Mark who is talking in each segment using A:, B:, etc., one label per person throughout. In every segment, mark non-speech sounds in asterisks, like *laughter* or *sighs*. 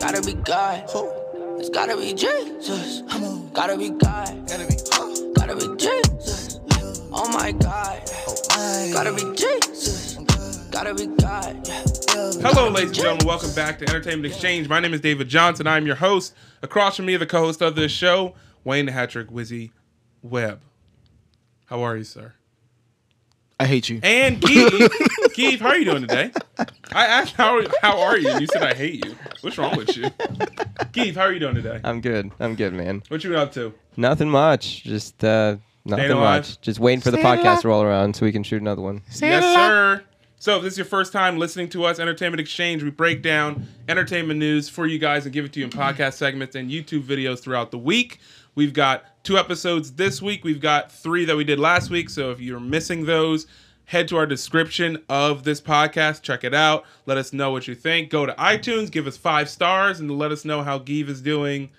A: God. Who? It's gotta be Jesus. Come on. Gotta be God. Gotta be, huh? gotta be Jesus. Oh my God. Gotta be Jesus. Gotta be God.
B: Hello, ladies and gentlemen. Welcome back to Entertainment Exchange. My name is David Johnson. I'm your host. Across from me, the co-host of this show, Wayne the Hatrick Wizzy Webb. How are you, sir?
C: I hate you.
B: And Keith, Keith, how are you doing today? I asked how how are you, and you said I hate you. What's wrong with you, Keith? How are you doing today?
D: I'm good. I'm good, man.
B: What you been up to?
D: Nothing much. Just uh, nothing
B: alive.
D: much. Just waiting for the podcast to roll around so we can shoot another one.
B: Yes, sir. So, if this is your first time listening to us, Entertainment Exchange, we break down entertainment news for you guys and give it to you in podcast segments and YouTube videos throughout the week. We've got two episodes this week. We've got three that we did last week. So, if you're missing those, head to our description of this podcast, check it out. Let us know what you think. Go to iTunes, give us five stars, and let us know how Give is doing.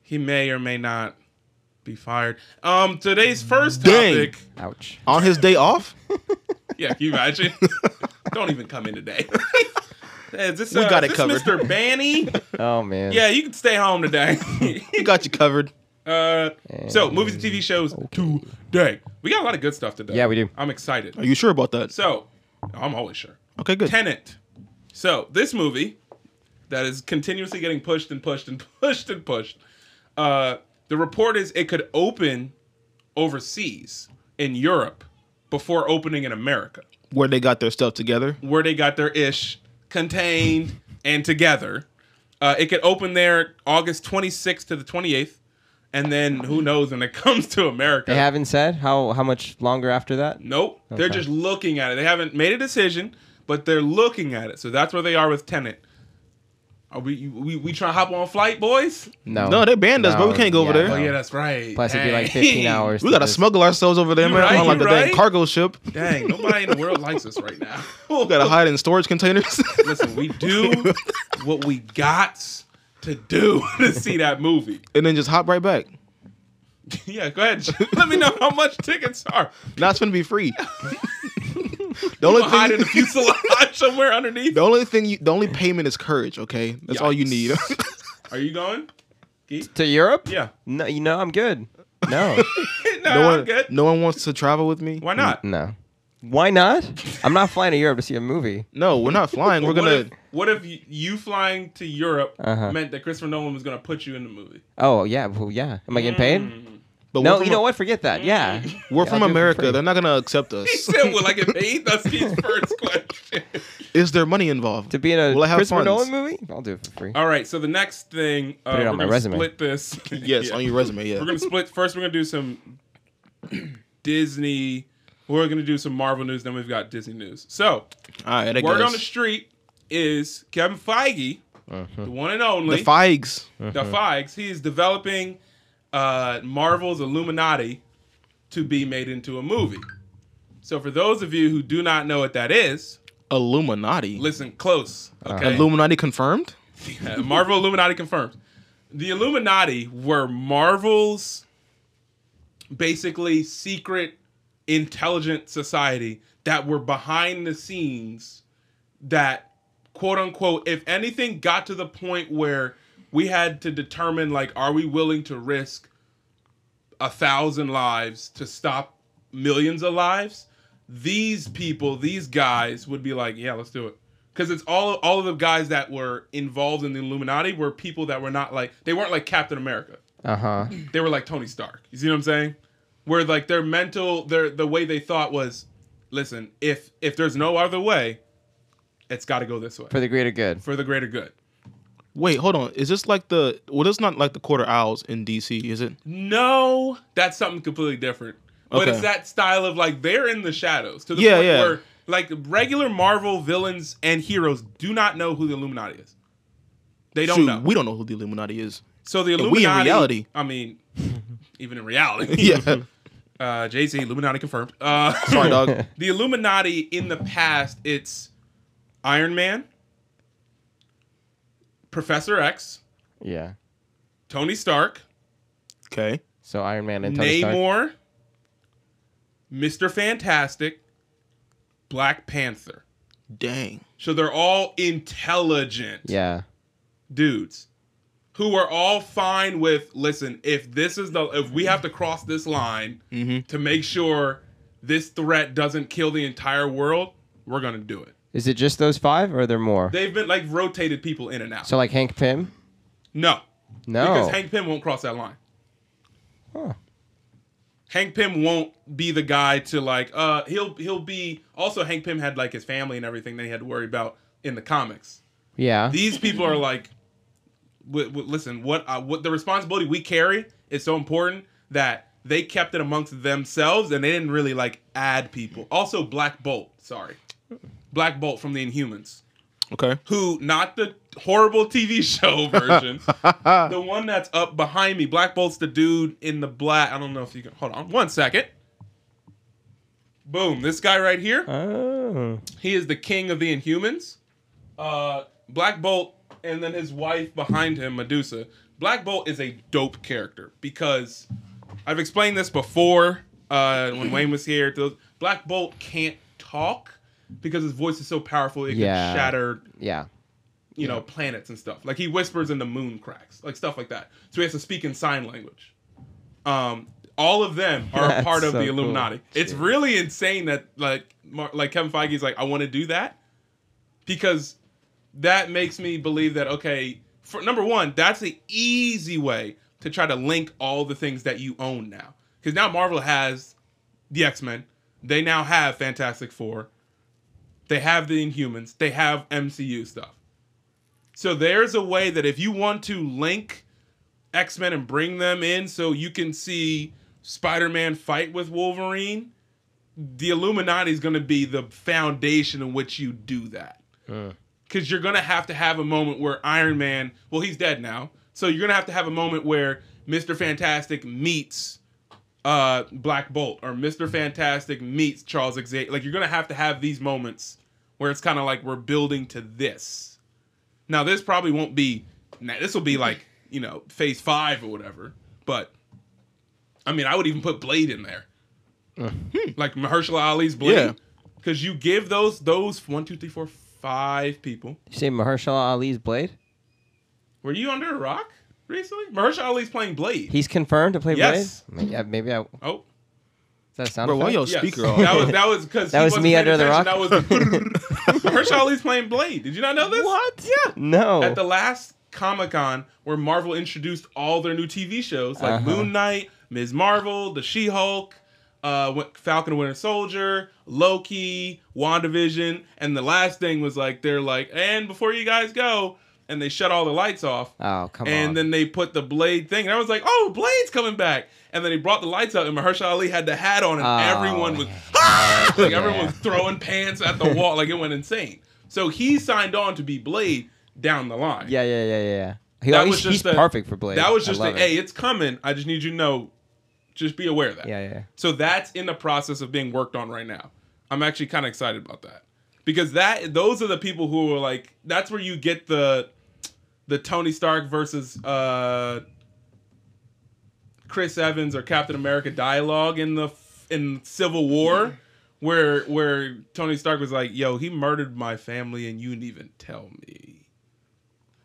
B: He may or may not be fired. Um, today's first
C: Dang.
B: topic.
D: Ouch.
C: On his day off,
B: Yeah, can
C: *laughs*
B: you imagine? Don't even come in today. Hey, Is this,
C: We
B: uh,
C: got
B: is
C: it
B: this
C: covered.
B: Mr. Banny?
D: Oh man.
B: yeah, you can stay home today. *laughs*
C: he got you covered.
B: uh, so, movies and TV shows today. We got a lot of good stuff today.
D: Yeah, we do.
B: I'm excited.
C: Are you sure about that?
B: So, I'm always sure.
C: Okay, good.
B: Tenant. So, this movie that is continuously getting pushed and pushed and *laughs* pushed and pushed. Uh, the report is it could open overseas in Europe before opening in America.
C: Where they got their stuff together.
B: where they got their ish contained and together. Uh, it could open there August 26th to the 28th, and then who knows when it *laughs* comes to America.
D: They haven't said how how much longer after that.
B: nope, they're just looking at it. They haven't made a decision, but they're looking at it. So that's where they are with Tenant. Are we you- we we trying to hop on a flight, boys?
D: No.
C: No, they banned us, bro. We can't go over there.
D: no.
B: Oh yeah, that's right.
D: Plus, it'd be like
B: Dang.
D: 15 hours.
C: We gotta
D: just-
C: smuggle ourselves over there,
B: You
C: man.
B: right,
C: on like
B: you
C: a
B: right.
C: dang cargo ship. We
B: *laughs* Dang, nobody in the world likes us right
D: *laughs*
B: now.
C: gotta hide in storage containers. *laughs*
B: Listen, we
D: *laughs*
B: do what we got to do *laughs* to see that movie.
C: and then just hop right back.
B: Yeah, go ahead. *laughs* Let me know how much tickets are.
C: Now it's gonna be
B: *laughs*
C: free. the only
B: Hide in the
C: thing,
B: fuselage *laughs* somewhere
C: *laughs*
B: underneath.
C: the only thing, you, the only payment is courage. Okay, that's all you need. *laughs*
B: *laughs* Are you going? Gee?
D: to Europe.
B: Yeah. *laughs*
D: No, you know I'm good. No.
B: No,
C: no
B: I'm
C: one,
B: good.
C: no one wants to travel with me.
B: Why not?
D: no. Why not? I'm not flying to Europe to see a movie.
C: No, we're not flying. We're
B: What
C: gonna.
B: if, what if you, you flying to Europe
D: Uh-huh.
B: meant that Christopher Nolan was going to put you in the movie? *laughs*
D: Oh yeah, well yeah. Am I getting
B: Mm.
D: paid?
C: But
D: No,
C: we're from,
D: you know what? Forget that. Yeah.
C: We're
D: Yeah,
C: from
D: I'll do it for free.
C: America. They're not gonna accept *laughs*
B: He
C: us.
B: said, "Will I get paid?" That's his first question.
C: Is there money involved?
D: To be in a
C: Will I have
D: Christopher
C: funds?
D: Nolan movie? I'll do it for free.
B: All right. So the next thing, uh,
D: Put it on
B: we're
D: my
B: gonna
D: resume.
B: Split this. *laughs*
C: Yes,
B: Yeah.
C: on your resume. Yeah.
B: We're gonna split. First, we're gonna do some *clears throat* Disney. We're gonna do some Marvel news. Then we've got Disney news. So
C: all right. I
B: Word
C: guess.
B: on the street is Kevin Feige, the one and
C: the
B: only, the,
C: Feigs.
B: Feigs. He is developing uh, Marvel's Illuminati to be made into a movie. So, for those of you who do not know what that is,
C: Illuminati.
B: listen close. Okay,
C: Illuminati confirmed.
B: Yeah, *laughs* Marvel Illuminati confirmed. The Illuminati were Marvel's basically secret intelligent society that were behind the scenes that quote unquote if anything got to the point where we had to determine like are we willing to risk a thousand lives to stop millions of lives these people these guys would be like yeah let's do it because it's all all of the guys that were involved in the illuminati were people that were not like they weren't like captain america
D: Uh huh.
B: they were like Tony Stark. You see what I'm saying? Where like their mental, their the way they thought was, listen, if if there's no other way, it's got to go this way
D: For the greater good.
B: for the greater good.
C: Wait, hold on. Is this like the? Well, it's not like the quarter owls in DC, is it?
B: No, that's something completely different. But
C: Okay.
B: it's that style of like they're in the shadows to the
C: Yeah,
B: point
C: yeah.
B: where like regular Marvel villains and heroes do not know who the Illuminati is. They don't
C: Shoot,
B: know.
C: We don't know who the Illuminati
B: *laughs*
C: is.
B: so the
C: we in
B: Illuminati.
C: reality.
B: I mean, *laughs* even in reality.
C: *laughs* Yeah.
B: Uh, Jay Z, Illuminati confirmed. Uh,
C: *laughs* Sorry, dog.
B: *laughs* the Illuminati in the past, it's Iron Man, Professor X,
D: Yeah.
B: Tony Stark,
C: Okay.
D: So Iron Man and Tony Stark.
B: Namor, Mr. Fantastic, Black Panther.
C: Dang.
B: So they're all intelligent
D: Yeah.
B: dudes. who are all fine with listen, if this is the if we have to cross this line
D: Mm-hmm.
B: to make sure this threat doesn't kill the entire world, we're gonna do it.
D: Is it just those five, or are there more?
B: They've been like rotated people in and out.
D: so like Hank Pym?
B: no.
D: No.
B: Because Hank Pym won't cross that line.
D: Huh.
B: Hank Pym won't be the guy to like uh he'll he'll be also Hank Pym had like his family and everything that he had to worry about in the comics.
D: yeah.
B: These people are like w- w- listen, what uh, what the responsibility we carry is so important that they kept it amongst themselves and they didn't really like add people. Also Black Bolt, sorry. Black Bolt from the Inhumans
C: Okay.
B: who not the horrible TV show version, the one that's up behind me. Black Bolt's the dude in the black. I don't know if you can hold on one second. Boom! This guy right here.
D: oh.
B: He is the king of the Inhumans. Uh, Black Bolt, and then his wife behind him, Medusa. Black Bolt is a dope character because I've explained this before uh, when Wayne was here. Those- Black Bolt can't talk because his voice is so powerful it
D: Yeah.
B: can shatter
D: Yeah.
B: you know, planets and stuff. Like he whispers in the moon cracks, like stuff like that. So he has to speak in sign language. Um, all of
D: *laughs*
B: them are a
D: That's
B: part of
D: so
B: the
D: cool.
B: Illuminati. It's really insane that like Mar- like Kevin Feige's like I want to do that because that makes me believe that okay, for number one, that's the easy way to try to link all the things that you own now. Because now Marvel has the X Men. They now have Fantastic Four. They have the Inhumans. They have MCU stuff. So there's a way that if you want to link X Men and bring them in so you can see Spider Man fight with Wolverine, the Illuminati is going to be the foundation in which you do that. Because you're going to have to have a moment where Iron Man, well, he's dead now. So you're going to have to have a moment where Mr. Fantastic meets uh, Black Bolt or Mr. Fantastic meets Charles Xavier. Like, you're going to have to have these moments where it's kind of like we're building to this. Now, this probably won't be, now, this will be like, you know, phase five or whatever. But, I mean, I would even put Blade in there. Like Mahershala Ali's
C: Yeah.
B: Blade. Because you give those, those one, two, three, four, five people.
D: You say Mahershala Ali's Blade?
B: Were you under a rock recently? Mahershala Ali's playing Blade.
D: He's confirmed to play
B: Yes.
D: Blade? Yeah, maybe I. Is
B: oh,
D: that a sound
C: Bro, why
D: effect?
C: your
B: yes.
C: speaker off?
B: That was that was because
D: That was me under the
B: That was
D: *laughs*
B: Mahershala Ali's playing Blade. Did you not know this?
D: What?
B: Yeah.
D: No.
B: At the last Comic Con, where Marvel introduced all their new TV shows like
D: Uh-huh.
B: Moon Knight, Ms. Marvel, The She Hulk, uh, Wi- Falcon and Winter Soldier, Loki, WandaVision, and the last thing was like they're like, and before you guys go, and they shut all the lights off.
D: oh, come
B: and
D: on.
B: then they put the blade thing, and I was like, "Oh, blade's coming back!" And then they brought the lights out, and Mahershala Ali had the hat on, and
D: Oh,
B: everyone was "Ah!" *laughs* like everyone
D: Yeah.
B: was throwing pants at the wall, like it went insane. So he signed on to be Blade down the line.
D: yeah, yeah, yeah, yeah, yeah. He,
B: That
D: oh,
B: was
D: he's,
B: just
D: he's
B: the-
D: perfect for Blade.
B: that was
D: I
B: just
D: love
B: like,
D: it.
B: "Hey, it's coming. I just need you to know, just be aware of that."
D: Yeah, yeah, yeah.
B: So that's in the process of being worked on right now. I'm actually kind of excited about that because that those are the people who are like that's where you get the the Tony Stark versus uh Chris Evans or Captain America dialogue in the f- in Civil War where where Tony Stark was like, "Yo, he murdered my family and you didn't even tell me."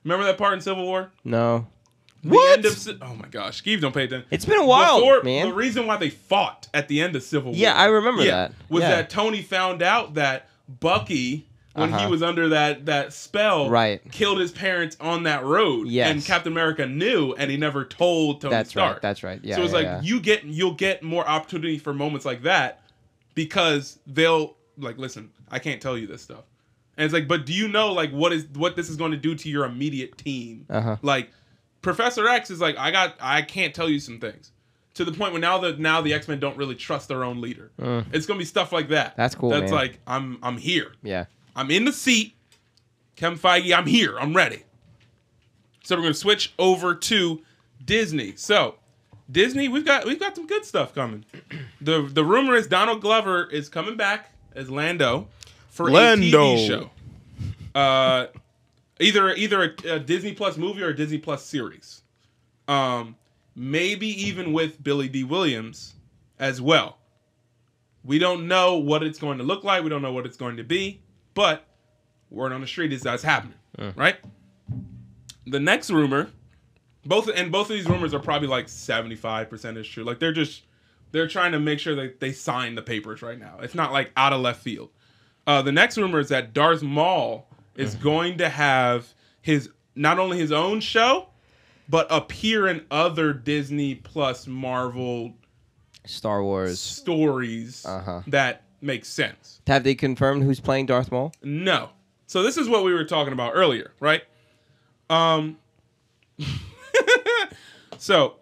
B: Remember that part in Civil War?
D: No.
B: The end of, Ci- oh my gosh, Steve, don't pay attention.
D: It's been a while,
B: Before-
D: man.
B: The reason why they fought at the end of Civil War.
D: Yeah, I remember that.
B: Was
D: Yeah.
B: that Tony found out that Bucky, when
D: Uh-huh.
B: he was under that that spell,
D: Right.
B: killed his parents on that road.
D: Yes.
B: And Captain America knew, and he never told Tony
D: That's
B: Stark.
D: right. That's right. Yeah.
B: so it's
D: yeah,
B: like
D: yeah.
B: you get you'll get more opportunity for moments like that because they'll like listen. I can't tell you this stuff, and it's like, but do you know like what is what this is going to do to your immediate team?
D: Uh-huh.
B: Like Professor X is like, I got, I can't tell you some things to the point where now the now the X Men don't really trust their own leader. It's gonna be stuff like that.
D: Uh. That's cool,
B: That's
D: man.
B: like I'm I'm here.
D: Yeah.
B: I'm in the seat. Kevin Feige, I'm here. I'm ready. So we're gonna switch over to Disney. So Disney, we've got we've got some good stuff coming. *clears throat* the The rumor is Donald Glover is coming back as Lando for a
C: Lando.
B: TV show. Uh, either either a, a Disney Plus movie or a Disney Plus series. Um, maybe even with Billy D. Williams as well. We don't know what it's going to look like. We don't know what it's going to be. But word on the street is that's happening, right? The next rumor Both and both of these rumors are probably like seventy five percent is true. Like they're just they're trying to make sure that they sign the papers right now. It's not like out of left field. Uh, the next rumor is that Darth Maul is going to have his not only his own show, but appear in other Disney Plus Marvel
D: Star Wars.
B: stories
D: Uh-huh.
B: that make sense.
D: Have they confirmed who's playing Darth Maul?
B: No. So this is what we were talking about earlier, right? Um *laughs* So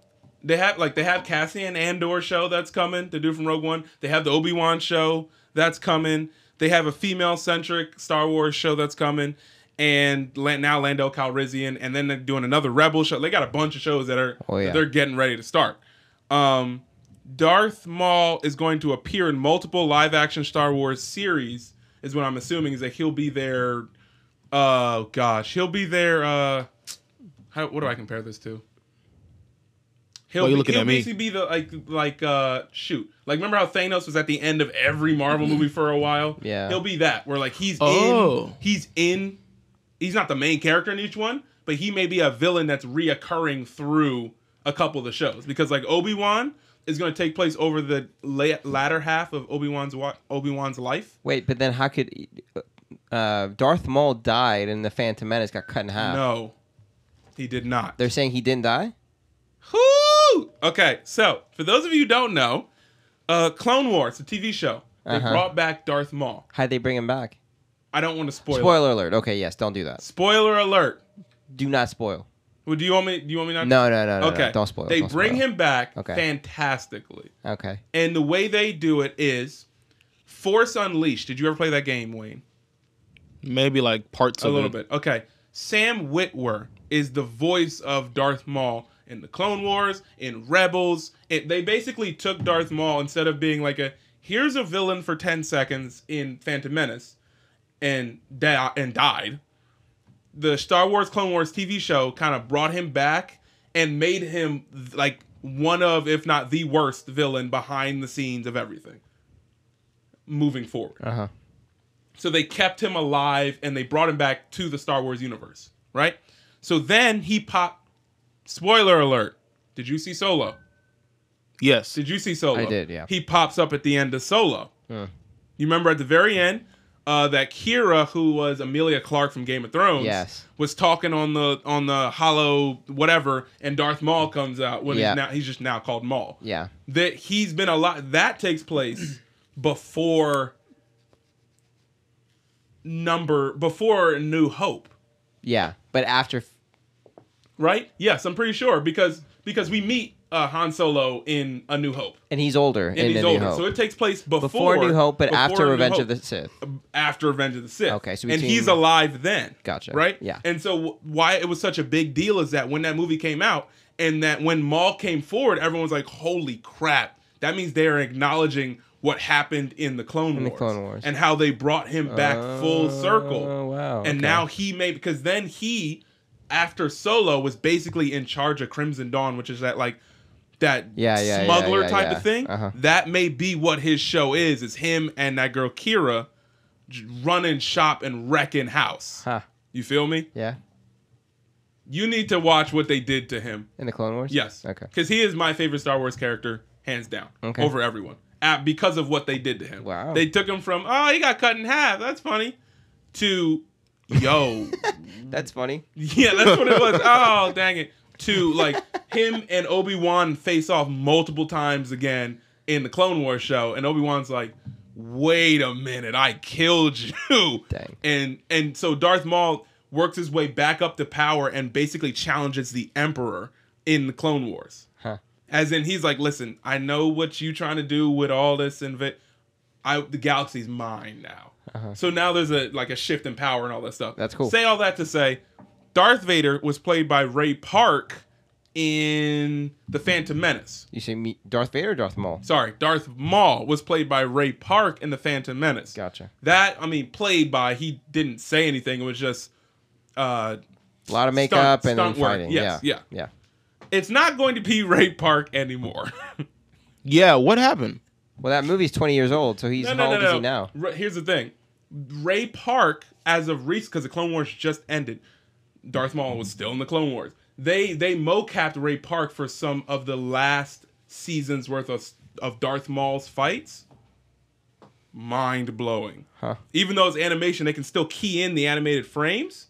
B: they have like they have Cassian Andor show that's coming, the dude from Rogue One. They have the Obi-Wan show that's coming. They have a female-centric Star Wars show that's coming. And Lan- now Lando Calrissian, and then they're doing another Rebel show. They got a bunch of shows that are
D: Oh, yeah.
B: that they're getting ready to start. Um, Darth Maul is going to appear in multiple live action Star Wars series, is what I'm assuming. Is that he'll be there. Uh, gosh, he'll be there. Uh, how, what do I compare this to? He'll,
C: Why you
B: be-
C: looking
B: he'll
C: at me?
B: basically be the like like uh shoot like remember how Thanos was at the end of every Marvel movie for a while
D: Yeah.
B: he'll be that where like he's in
C: Oh.
B: he's in he's not the main character in each one, but he may be a villain that's reoccurring through a couple of the shows because like Obi Wan is going to take place over the la- latter half of Obi Wan's wa- Obi Wan's life.
D: Wait, but then how could uh, Darth Maul died and the Phantom Menace got cut in half?
B: No, he did not.
D: They're saying he didn't die.
B: Whoo! Okay, so for those of you who don't know, uh, Clone Wars, the TV show, they
D: Uh-huh.
B: brought back Darth Maul.
D: How'd they bring him back?
B: I don't want to spoil. Spoiler.
D: Spoiler alert. Okay, yes, don't do that.
B: Spoiler alert.
D: Do not spoil.
B: Well, do you want me? Do you want me not?
D: No, no, no, no.
B: Okay.
D: no. Don't spoil.
B: They
D: don't
B: bring
D: spoil.
B: him back
D: Okay.
B: fantastically.
D: Okay.
B: And the way they do it is Force Unleashed. Did you ever play that game, Wayne?
C: Maybe like parts
B: a
C: of
B: little
C: it.
B: bit. Okay. Sam Witwer is the voice of Darth Maul in the Clone Wars, in Rebels. It, they basically took Darth Maul instead of being like a here's a villain for 10 seconds in Phantom Menace and di- and died. The Star Wars Clone Wars TV show kind of brought him back and made him th- like one of if not the worst villain behind the scenes of everything moving forward.
D: Uh huh.
B: So they kept him alive and they brought him back to the Star Wars universe, right? So then he popped. Spoiler alert. Did you see Solo?
C: Yes.
B: Did you see Solo?
D: I did, yeah.
B: He pops up at the end of Solo.
D: Yeah.
B: You remember at the very end uh, that Kira, who was Amelia Clark from Game of Thrones,
D: Yes.
B: was talking on the on the hollow whatever, and Darth Maul comes out when
D: Yeah.
B: he's now he's just now called Maul
D: Yeah.
B: that he's been a lot that takes place *clears throat* before number before new hope
D: Yeah. But after.
B: right yes i'm pretty sure because because we meet uh, han solo in a new hope
D: And he's older.
B: and
D: in
B: he's
D: A New
B: older
D: Hope.
B: so it takes place before
D: before New Hope, but
B: before
D: after
B: New
D: Revenge
B: Hope.
D: of the Sith.
B: after Revenge of the Sith.
D: Okay, so
B: and
D: between-
B: he's alive then.
D: Gotcha.
B: Right.
D: Yeah.
B: And so w- why it was such a big deal is that when that movie came out, and that when Maul came forward, everyone was like, "Holy crap!" That means they are acknowledging what happened in the Clone,
D: In the
B: Wars,
D: Clone Wars.
B: and how they brought him back full
D: Oh
B: circle.
D: wow.
B: And
D: okay.
B: now he made because then he, after Solo, was basically in charge of Crimson Dawn, which is that like that
D: Yeah, yeah, yeah,
B: smuggler
D: yeah,
B: type
D: yeah.
B: of thing.
D: Uh-huh.
B: That may be what his show is. Is him and that girl Kira j- running shop and wrecking house.
D: Huh.
B: You feel me?
D: Yeah.
B: You need to watch what they did to him.
D: In the Clone Wars.
B: Yes.
D: Okay.
B: Because he is my favorite Star Wars character, hands down,
D: Okay.
B: over everyone. At, because of what they did to him.
D: Wow.
B: They took him from oh he got cut in half. That's funny. To yo.
D: That's funny.
B: *laughs* Yeah, that's what it was. Oh, dang it. To like him and Obi Wan face off multiple times again in the Clone Wars show, and Obi Wan's like, "Wait a minute, I killed you."
D: Dang.
B: And and so Darth Maul works his way back up to power and basically challenges the Emperor in the Clone Wars.
D: Huh.
B: As in, he's like, "Listen, I know what you trying to do with all this inv- I the galaxy's mine now." So now there's a like a shift in power and all that stuff.
D: Uh-huh. That's cool.
B: Say all that to say, Darth Vader was played by Ray Park in The Phantom Menace.
D: You say me, Darth Vader, or Darth Maul.
B: Sorry, Darth Maul was played by Ray Park in The Phantom Menace.
D: Gotcha.
B: That I mean, played by he didn't say anything. It was just, uh,
D: A lot of makeup
B: Stunt-
D: and then
B: stunt work,
D: fighting.
B: yes,
D: yeah. Yeah.
B: it's not going to be *laughs* Ray Park anymore. *laughs*
C: Yeah. What happened?
D: Well, that movie's 20 years old, so he's how old is he now?
B: Ra- Here's the thing, Ray Park, as of recent, because the Clone Wars just ended, Darth Maul was still in the Clone Wars. they they mocapped Ray Park for some of the last seasons worth of of Darth Maul's fights. Mind blowing.
D: Huh.
B: Even though it's animation, they can still key in the animated frames.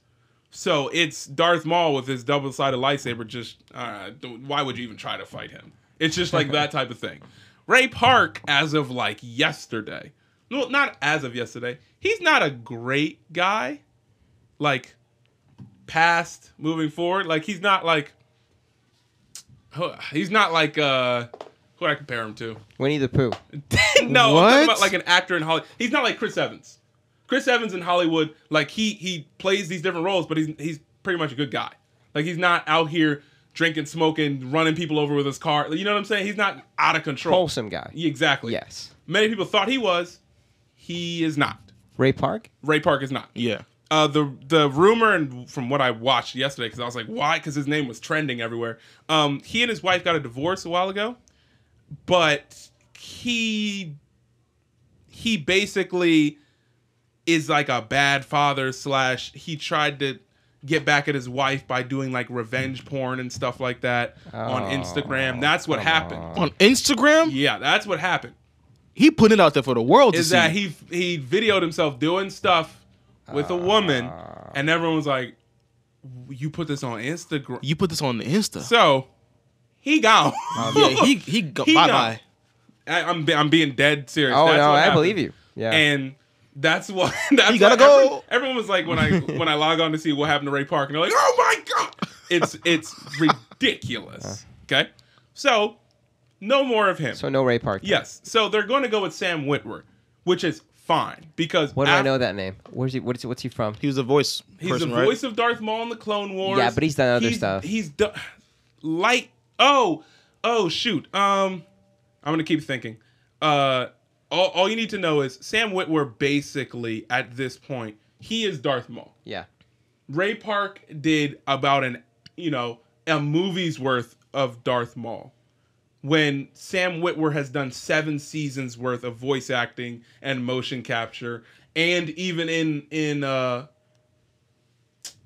B: So it's Darth Maul with his double sided lightsaber. Just uh, don't- why would you even try to fight him? It's just like that type of thing. Ray Park, as of like yesterday, no, not as of yesterday. He's not a great guy. Like past moving forward, like he's not like he's not like uh who would I compare him to?
D: Winnie the Pooh.
B: *laughs* no, I'm
C: What?
B: talking about like an actor in Hollywood. He's not like Chris Evans. Chris Evans in Hollywood, like he he plays these different roles, but he's he's pretty much a good guy. Like he's not out here drinking, smoking, running people over with his car. You know what I'm saying? He's not out of control.
D: Wholesome guy.
B: Yeah, Exactly.
D: Yes.
B: Many people thought he was. He is not.
D: Ray Park?
B: Ray Park is not.
C: Yeah.
B: Uh, the the rumor and from what I watched yesterday, because I was like, why? Because his name was trending everywhere. Um, he and his wife got a divorce a while ago, but he he basically is like a bad father slash he tried to get back at his wife by doing like revenge porn and stuff like that on
D: Oh,
B: Instagram. That's what happened.
C: On Instagram,
B: Yeah, that's what happened
C: he put it out there for the world to
B: is
C: see.
B: that he he videoed himself doing stuff with a woman,
D: Ah.
B: and everyone was like, "You put this on Instagram."
C: you put this on the Insta.
B: So he gone.
D: Oh,
C: yeah, he he, go,
B: He
C: bye
B: gone.
C: bye.
B: *laughs* I, I'm be- I'm being dead serious.
D: Oh
B: That's
D: no,
B: what
D: I
B: happened.
D: believe you. Yeah.
B: And that's what *laughs* that's
C: He gotta
B: what
C: go.
B: Everyone, everyone was like when I when I log on to see what happened to Ray Park, and they're like, "Oh my god, it's
D: *laughs*
B: it's ridiculous." Okay, so no more of him.
D: Uh-huh. so no Ray Park.
B: yes, so they're going to go with Sam Witwer, which is fine because
D: What do I
B: af-
D: know that name? Where's he? What's what's he from?
C: He was a voice
B: He's
C: person,
B: the
C: right?
B: voice of Darth Maul in the Clone Wars.
D: Yeah, but he's done other
B: He's-
D: stuff.
B: He's done like oh oh shoot. Um, I'm gonna keep thinking. Uh, all, all you need to know is Sam Witwer basically at this point he is Darth Maul.
D: Yeah.
B: Ray Park did about an you know a movie's worth of Darth Maul. When Sam Witwer has done seven seasons worth of voice acting and motion capture, and even in in uh,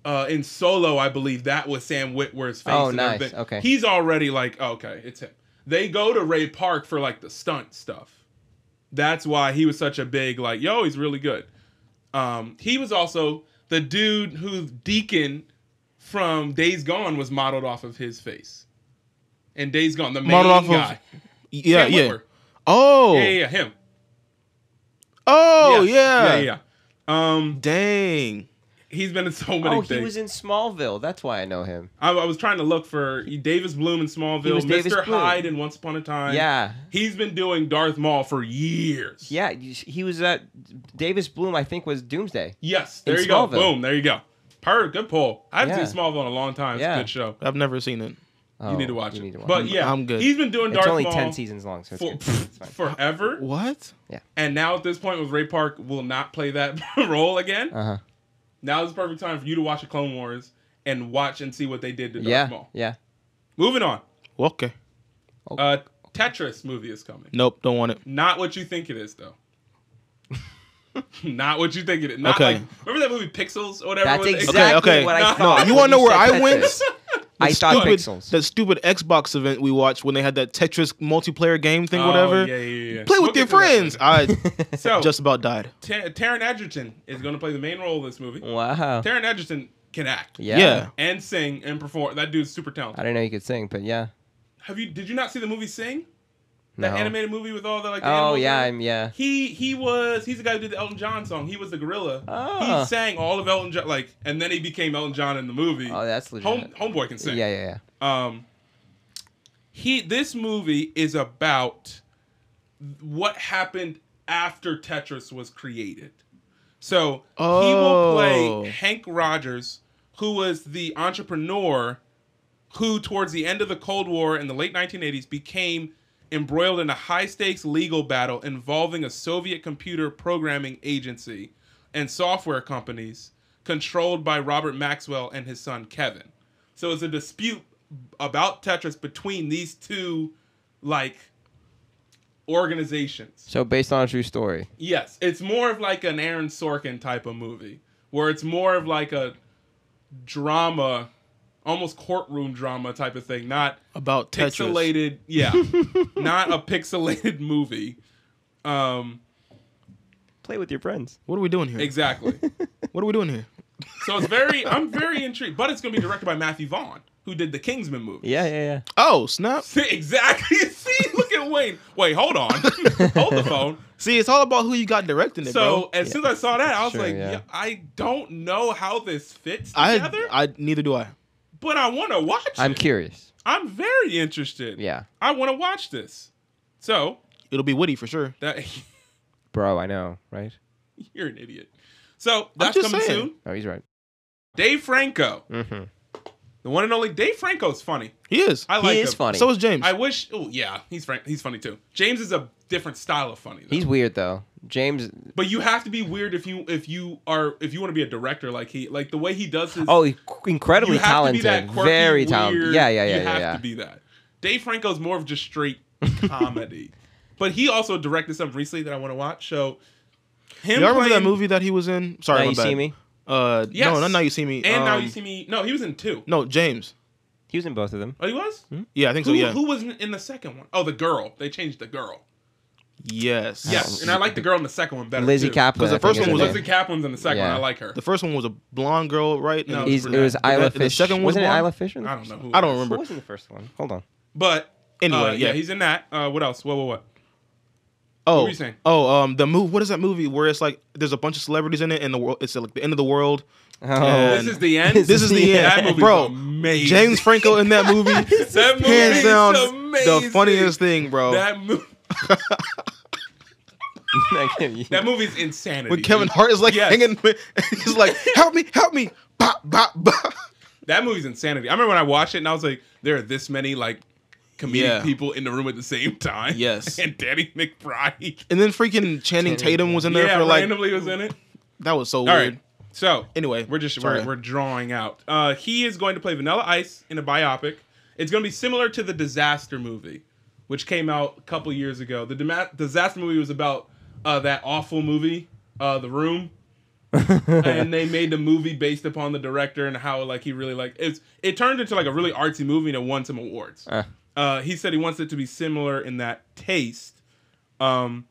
B: uh, in Solo, I believe that was Sam Witwer's face.
D: Oh,
B: and
D: nice.
B: everything.
D: Okay.
B: He's already like, oh, okay, it's him. They go to Ray Park for like the stunt stuff. That's why he was such a big like, yo, he's really good. Um, he was also the dude who Deacon from Days Gone was modeled off of his face. And Days Gone, the main
C: Modeled off of-
B: guy.
C: yeah,
B: Sam
C: yeah.
B: Witwer.
C: Oh,
B: yeah, yeah, yeah, him.
C: oh,
B: Yes.
C: yeah.
B: yeah, yeah. Um,
C: Dang.
B: he's been in so many
D: Oh,
B: things.
D: he was in Smallville. That's why I know him.
B: I, I was trying to look for Davis Bloom in
D: He
B: Smallville,
D: was
B: Mr.
D: Davis Bloom.
B: Hyde in Once Upon a Time.
D: Yeah.
B: He's been doing Darth Maul for years.
D: Yeah. you- He was at Davis Bloom. I think was Doomsday.
B: Yes,
D: In
B: there you go.
D: Smallville.
B: Boom, there you go. Per, good pull. I haven't
D: Yeah.
B: seen Smallville in a long time. It's
D: Yeah.
B: a good show.
C: I've never seen it.
D: Oh,
B: you need to watch
D: you
B: it.
D: need to watch
B: But
D: it.
B: yeah,
C: I'm good.
B: He's been doing Darth
D: it's only
B: Maul
D: ten seasons long, so it's
B: for,
D: good.
B: *laughs*
D: It's fine.
B: forever,
C: What?
B: and now at this point with Ray Park will not play that *laughs* role again.
D: Uh huh.
B: Now is the perfect time for you to watch the Clone Wars and watch and see what they did to Darth
D: Yeah.
B: Maul.
D: Yeah.
B: Moving on,
C: Well, okay.
B: uh, Tetris movie is coming.
C: Nope, don't want it.
B: Not what you think it is,
D: *laughs*
B: though. Not what you think it is. Not
C: Okay.
B: like remember that movie Pixels or whatever.
D: That's
B: was-
D: exactly
C: okay.
D: what
B: *laughs*
D: I
B: No,
D: thought.
C: you
D: when
C: wanna know where
D: said
C: I
D: Tetris.
C: went?
D: I thought
C: stupid,
D: pixels.
C: That stupid Xbox event we watched when they had that Tetris multiplayer game thing,
B: Oh,
C: whatever.
B: yeah, yeah, yeah.
C: Play
B: We'll
C: with your
B: get to that
C: friends.
B: later. Oh.
C: I
B: *laughs* So
C: just about died.
B: Ta- Taron Egerton is going to play the main role of this movie.
D: *laughs* Wow.
B: Taron Egerton can act
D: Yeah.
C: Yeah.
B: and sing and perform. That dude's super
D: I
B: talented.
D: didn't know you could sing, but yeah.
B: Have you? Did you not see the movie Sing?
D: No.
B: That animated movie with all the like. The
D: oh
B: animals
D: yeah.
B: in it?
D: I'm yeah.
B: He he was he's the guy who did the Elton John song. He was the gorilla.
D: Ah.
B: He sang all of Elton John like, and then he became Elton John in the movie.
D: Oh, that's legit.
B: Home, homeboy can
D: yeah.
B: sing.
D: Yeah. Yeah.
B: um he this movie is about what happened after Tetris was created. So he will
C: Oh.
B: play Hank Rogers, who was the entrepreneur who towards the end of the Cold War in the late 1980s became embroiled in a high-stakes legal battle involving a Soviet computer programming agency and software companies controlled by Robert Maxwell and his son Kevin. So it's a dispute about Tetris between these two like organizations.
D: So based on a true story.
B: Yes, it's more of like an Aaron Sorkin type of movie where it's more of like a drama almost courtroom drama type of thing, not
C: about Tetris.
B: pixelated yeah not a pixelated movie um
D: Play with your friends.
C: What are we doing here?
B: exactly
C: What are we doing here?
B: so it's very i'm very intrigued but it's going to be directed by matthew vaughn who did the kingsman movie
D: Yeah, yeah, yeah.
C: Oh snap!
B: See, *laughs* exactly see look at wayne wait hold
D: *laughs*
B: on hold the phone
C: See, it's all about who you got directing it, bro.
B: so as soon as i saw that i was
D: Sure,
B: like
D: yeah.
B: yeah, i don't know how this fits together
C: I, I neither do I.
B: but i want to watch
D: I'm
B: it.
D: curious.
B: i'm very interested
D: Yeah,
B: i want to watch this so
C: It'll be witty for sure.
B: that *laughs*
D: bro, I know, right?
B: you're an idiot so that's
C: just
B: coming
C: saying.
B: soon
D: Oh, he's right.
B: dave franco
D: Mm-hmm.
B: The one and only Dave Franco's funny.
C: He is.
B: I
D: He
B: like
D: is
B: him.
D: funny.
C: So is James.
B: I wish. Oh yeah, he's Frank. He's funny too. James is a different style of funny. Though.
D: He's weird though. James.
B: but you have to be weird if you if you are if you want to be a director like he like the way he does his.
D: Oh, he's incredibly
B: you have
D: talented.
B: To be that quirky,
D: Very
B: weird-
D: talented. Yeah, yeah, yeah,
B: You
D: yeah.
B: have
D: yeah.
B: to be that. Dave Franco's more of just
D: *laughs*
B: straight comedy, but he also directed something recently that I want to watch. So him.
C: Y'all remember that
B: playing,
C: movie that he was in? Sorry,
D: now
C: my
D: you
C: bad.
D: see me.
C: Uh,
B: Yes.
C: no, not now you see me.
B: And now
C: Um,
B: you see me. No, he was in two.
C: No, James.
D: He was in both of them.
B: Oh, he was.
C: Yeah, I think
B: Who,
C: so. Yeah.
B: who was in- in the second one? Oh, the girl. They changed the girl.
D: Oh,
C: Yes.
B: Yes, and I like the girl in the second one better.
D: Lizzie
B: too.
D: Kaplan.
C: 'Cause the
D: I think,
C: first
D: is
C: one
D: her
C: was
D: name.
B: Lizzie Kaplan's in the second
D: Yeah.
B: one. I like her.
C: The first one was a blonde girl, right?
B: No.
C: And-
B: was
D: He's- it was
B: brunette.
D: Isla
C: The- the
D: Fish.
C: second one was
D: wasn't it
C: blonde?
D: Isla Fish? in the
B: I don't
D: first
B: know
D: one?
B: who.
C: I don't
D: Who
C: remember.
D: was in the first one? Hold on.
B: But
C: Anyway,
B: uh, yeah.
C: yeah.
B: he's in that. Uh, what else? What? What? What?
C: Oh,
B: were you saying?
C: oh, um, the move. What is that movie where it's like there's a bunch of celebrities in it, and the world, it's like the end of the world.
D: Oh. *laughs*
B: this is the end.
C: This is the
B: That
C: end.
B: movie's
C: Bro,
B: amazing.
C: James Franco in that movie, *laughs* hands
B: *laughs* that movie is
C: down,
B: amazing.
C: the funniest thing, bro.
B: That mo- that
D: that
B: movie's insanity.
C: when Kevin
B: dude.
C: Hart is like
B: Yes.
C: hanging, *laughs* he's like, "Help me, help me!" Bop, bop, bop.
B: that movie's insanity. I remember when I watched it and I was like, there are this many like comedic
C: Yeah.
B: people in the room at the same time.
C: Yes.
B: *laughs* and Danny McBride.
C: And then freaking Channing Tatum was in there
B: Yeah,
C: for like
B: randomly was in it.
C: that was so
B: All
C: weird.
B: right. So
C: Anyway,
B: we're just
C: sorry.
B: we're, we're drawing out. Uh, he is going to play Vanilla Ice in a biopic. It's going to be similar to the Disaster movie, which came out a couple years ago. The Dima- Disaster movie was about uh, that awful movie, uh,
C: *laughs*
B: The Room, and they made the movie based upon the director and how like he really like it's. It turned into like a really artsy movie and it won some awards.
D: *laughs* Uh.
B: Uh, he said he wants it to be similar in that taste. Um,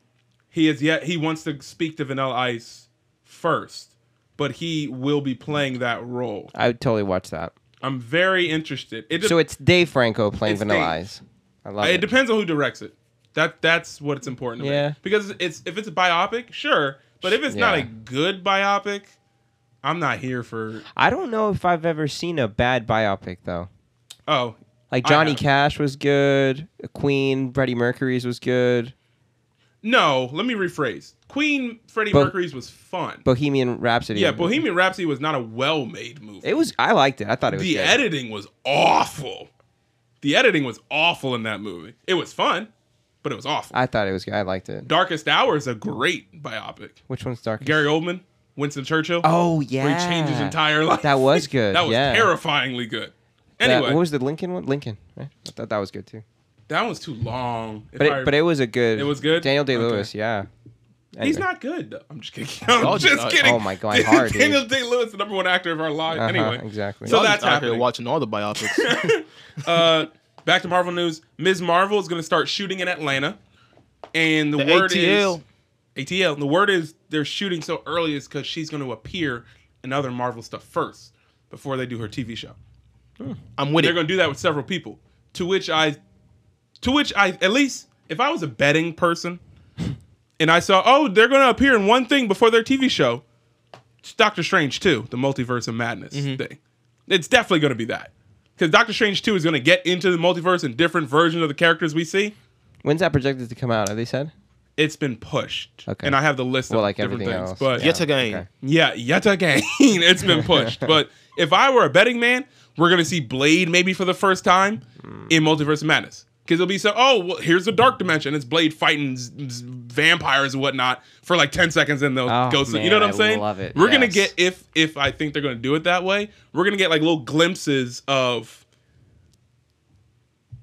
B: he is yet he wants to speak to Vanilla Ice first, but he will be playing that role.
D: I would totally watch that.
B: I'm very interested. It, de-
D: *laughs* So it's Dave Franco playing
B: It's
D: Vanilla
B: Dave.
D: Ice. I love
B: it,
D: it.
B: depends on who directs it. That that's what it's important to
D: Yeah.
B: me. Because it's if it's a biopic, sure, but if it's not
D: Yeah.
B: a good biopic, I'm not here for.
D: I don't know if I've ever seen a bad biopic though.
B: Oh,
D: Like
B: I
D: Johnny
B: have.
D: Cash was good, Queen, Freddie Mercury's was good,
B: no. Let me rephrase. Queen Freddie
D: Bo-
B: Mercury's was fun.
D: Bohemian Rhapsody.
B: yeah, Bohemian Rhapsody was not a well-made movie.
D: It was. I liked it. I thought it was
B: the
D: good.
B: editing was awful. The editing was awful in that movie. It was fun, but it was awful.
D: I thought it was good. I liked it.
B: Darkest Hour is a great biopic.
D: Which one's dark?
B: Gary Oldman, Winston Churchill.
D: Oh yeah.
B: Where he changed his entire life. *laughs*
D: That was good.
B: that was
D: yeah.
B: terrifyingly good.
D: That-
B: Anyway, that,
D: what was the Lincoln one? Lincoln. Right? I thought that was good too.
B: was too long. If
D: But
B: I-
D: it, but it was a good.
B: It was good?
D: Daniel Day
B: Okay.
D: Lewis. Yeah.
B: he's
D: Anyway.
B: not good though. I'm just kidding. *laughs* I'm
C: Y'all
B: just
C: just- oh
B: kidding. *laughs*
D: my God, hard, dude.
B: Daniel Day Lewis, the number one actor of our lives.
D: Uh-huh,
B: anyway,
D: exactly.
B: So
C: Y'all
B: that's
C: just out here
B: happening.
C: watching all the
B: *laughs*
C: biopics.
B: uh, back to Marvel news. Ms. Marvel is going to start shooting in Atlanta, and the,
C: The
B: word
C: ATL.
B: is ATL. The word is they're shooting so early is because she's going to appear in other Marvel stuff first before they do her TV show.
C: I'm with
B: They're
C: it.
B: going to do that with several people. To which I, to which I, at least if I was a betting person, *laughs* and I saw, oh, they're going to appear in one thing before their TV show, it's Doctor Strange two, the multiverse of madness
D: Mm-hmm.
B: thing. It's definitely going to be that because Doctor Strange two is going to get into the multiverse and different versions of the characters we see.
D: When's that projected to come out? Have they said?
B: It's been pushed,
D: Okay.
B: and I have the list
D: Well,
B: of
D: like
B: different
D: everything
B: things,
D: else.
B: but
C: Yet again.
D: okay.
B: yeah, yet again, *laughs* it's been pushed. but if I were a betting man, we're gonna see Blade maybe for the first time in Multiverse of Madness because it'll be so. Oh, well, here's the Dark Dimension. It's Blade fighting z- z- vampires and whatnot for like ten seconds, and they'll
D: Oh,
B: go. so- you
D: man,
B: know what I'm
D: I
B: saying?
D: love it.
B: We're gonna
D: Yes.
B: get if if I think they're gonna do it that way, we're gonna get like little glimpses of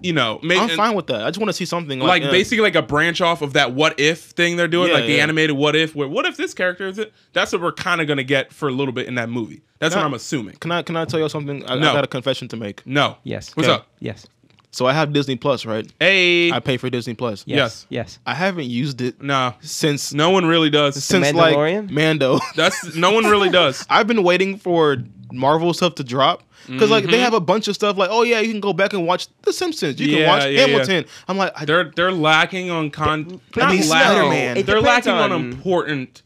B: you know, maybe
C: I'm fine with that. I just want to see something like,
B: like
C: yeah.
B: basically like a branch off of that what if thing they're doing,
C: Yeah,
B: like the
C: yeah.
B: animated what if, where what if this character is it? That's what we're kind of gonna get for a little bit in that movie. That's what
C: Not-
B: I'm assuming.
C: Can I can I tell you something? I,
B: No.
C: I got a confession to make.
B: No.
D: Yes.
B: What's
C: Okay.
B: up?
D: Yes.
C: So I have Disney Plus, right?
B: Hey.
C: I pay for Disney Plus.
B: Yes.
D: Yes. Yes.
C: I haven't used it
B: no.
C: since
B: No one really does.
C: since like
D: Mandalorian?
C: Mando. *laughs*
B: That's no one really does.
C: I've been waiting for Marvel stuff to drop because like
B: Mm-hmm.
C: they have a bunch of stuff like oh yeah you can go back and watch The Simpsons you
B: Yeah,
C: can watch
B: yeah, yeah.
C: Hamilton I'm like I,
B: They're they're lacking on con. Not
C: mean, Spider-Man.
B: lacking.
C: It
B: They're
D: depends
B: lacking on,
D: on-
B: important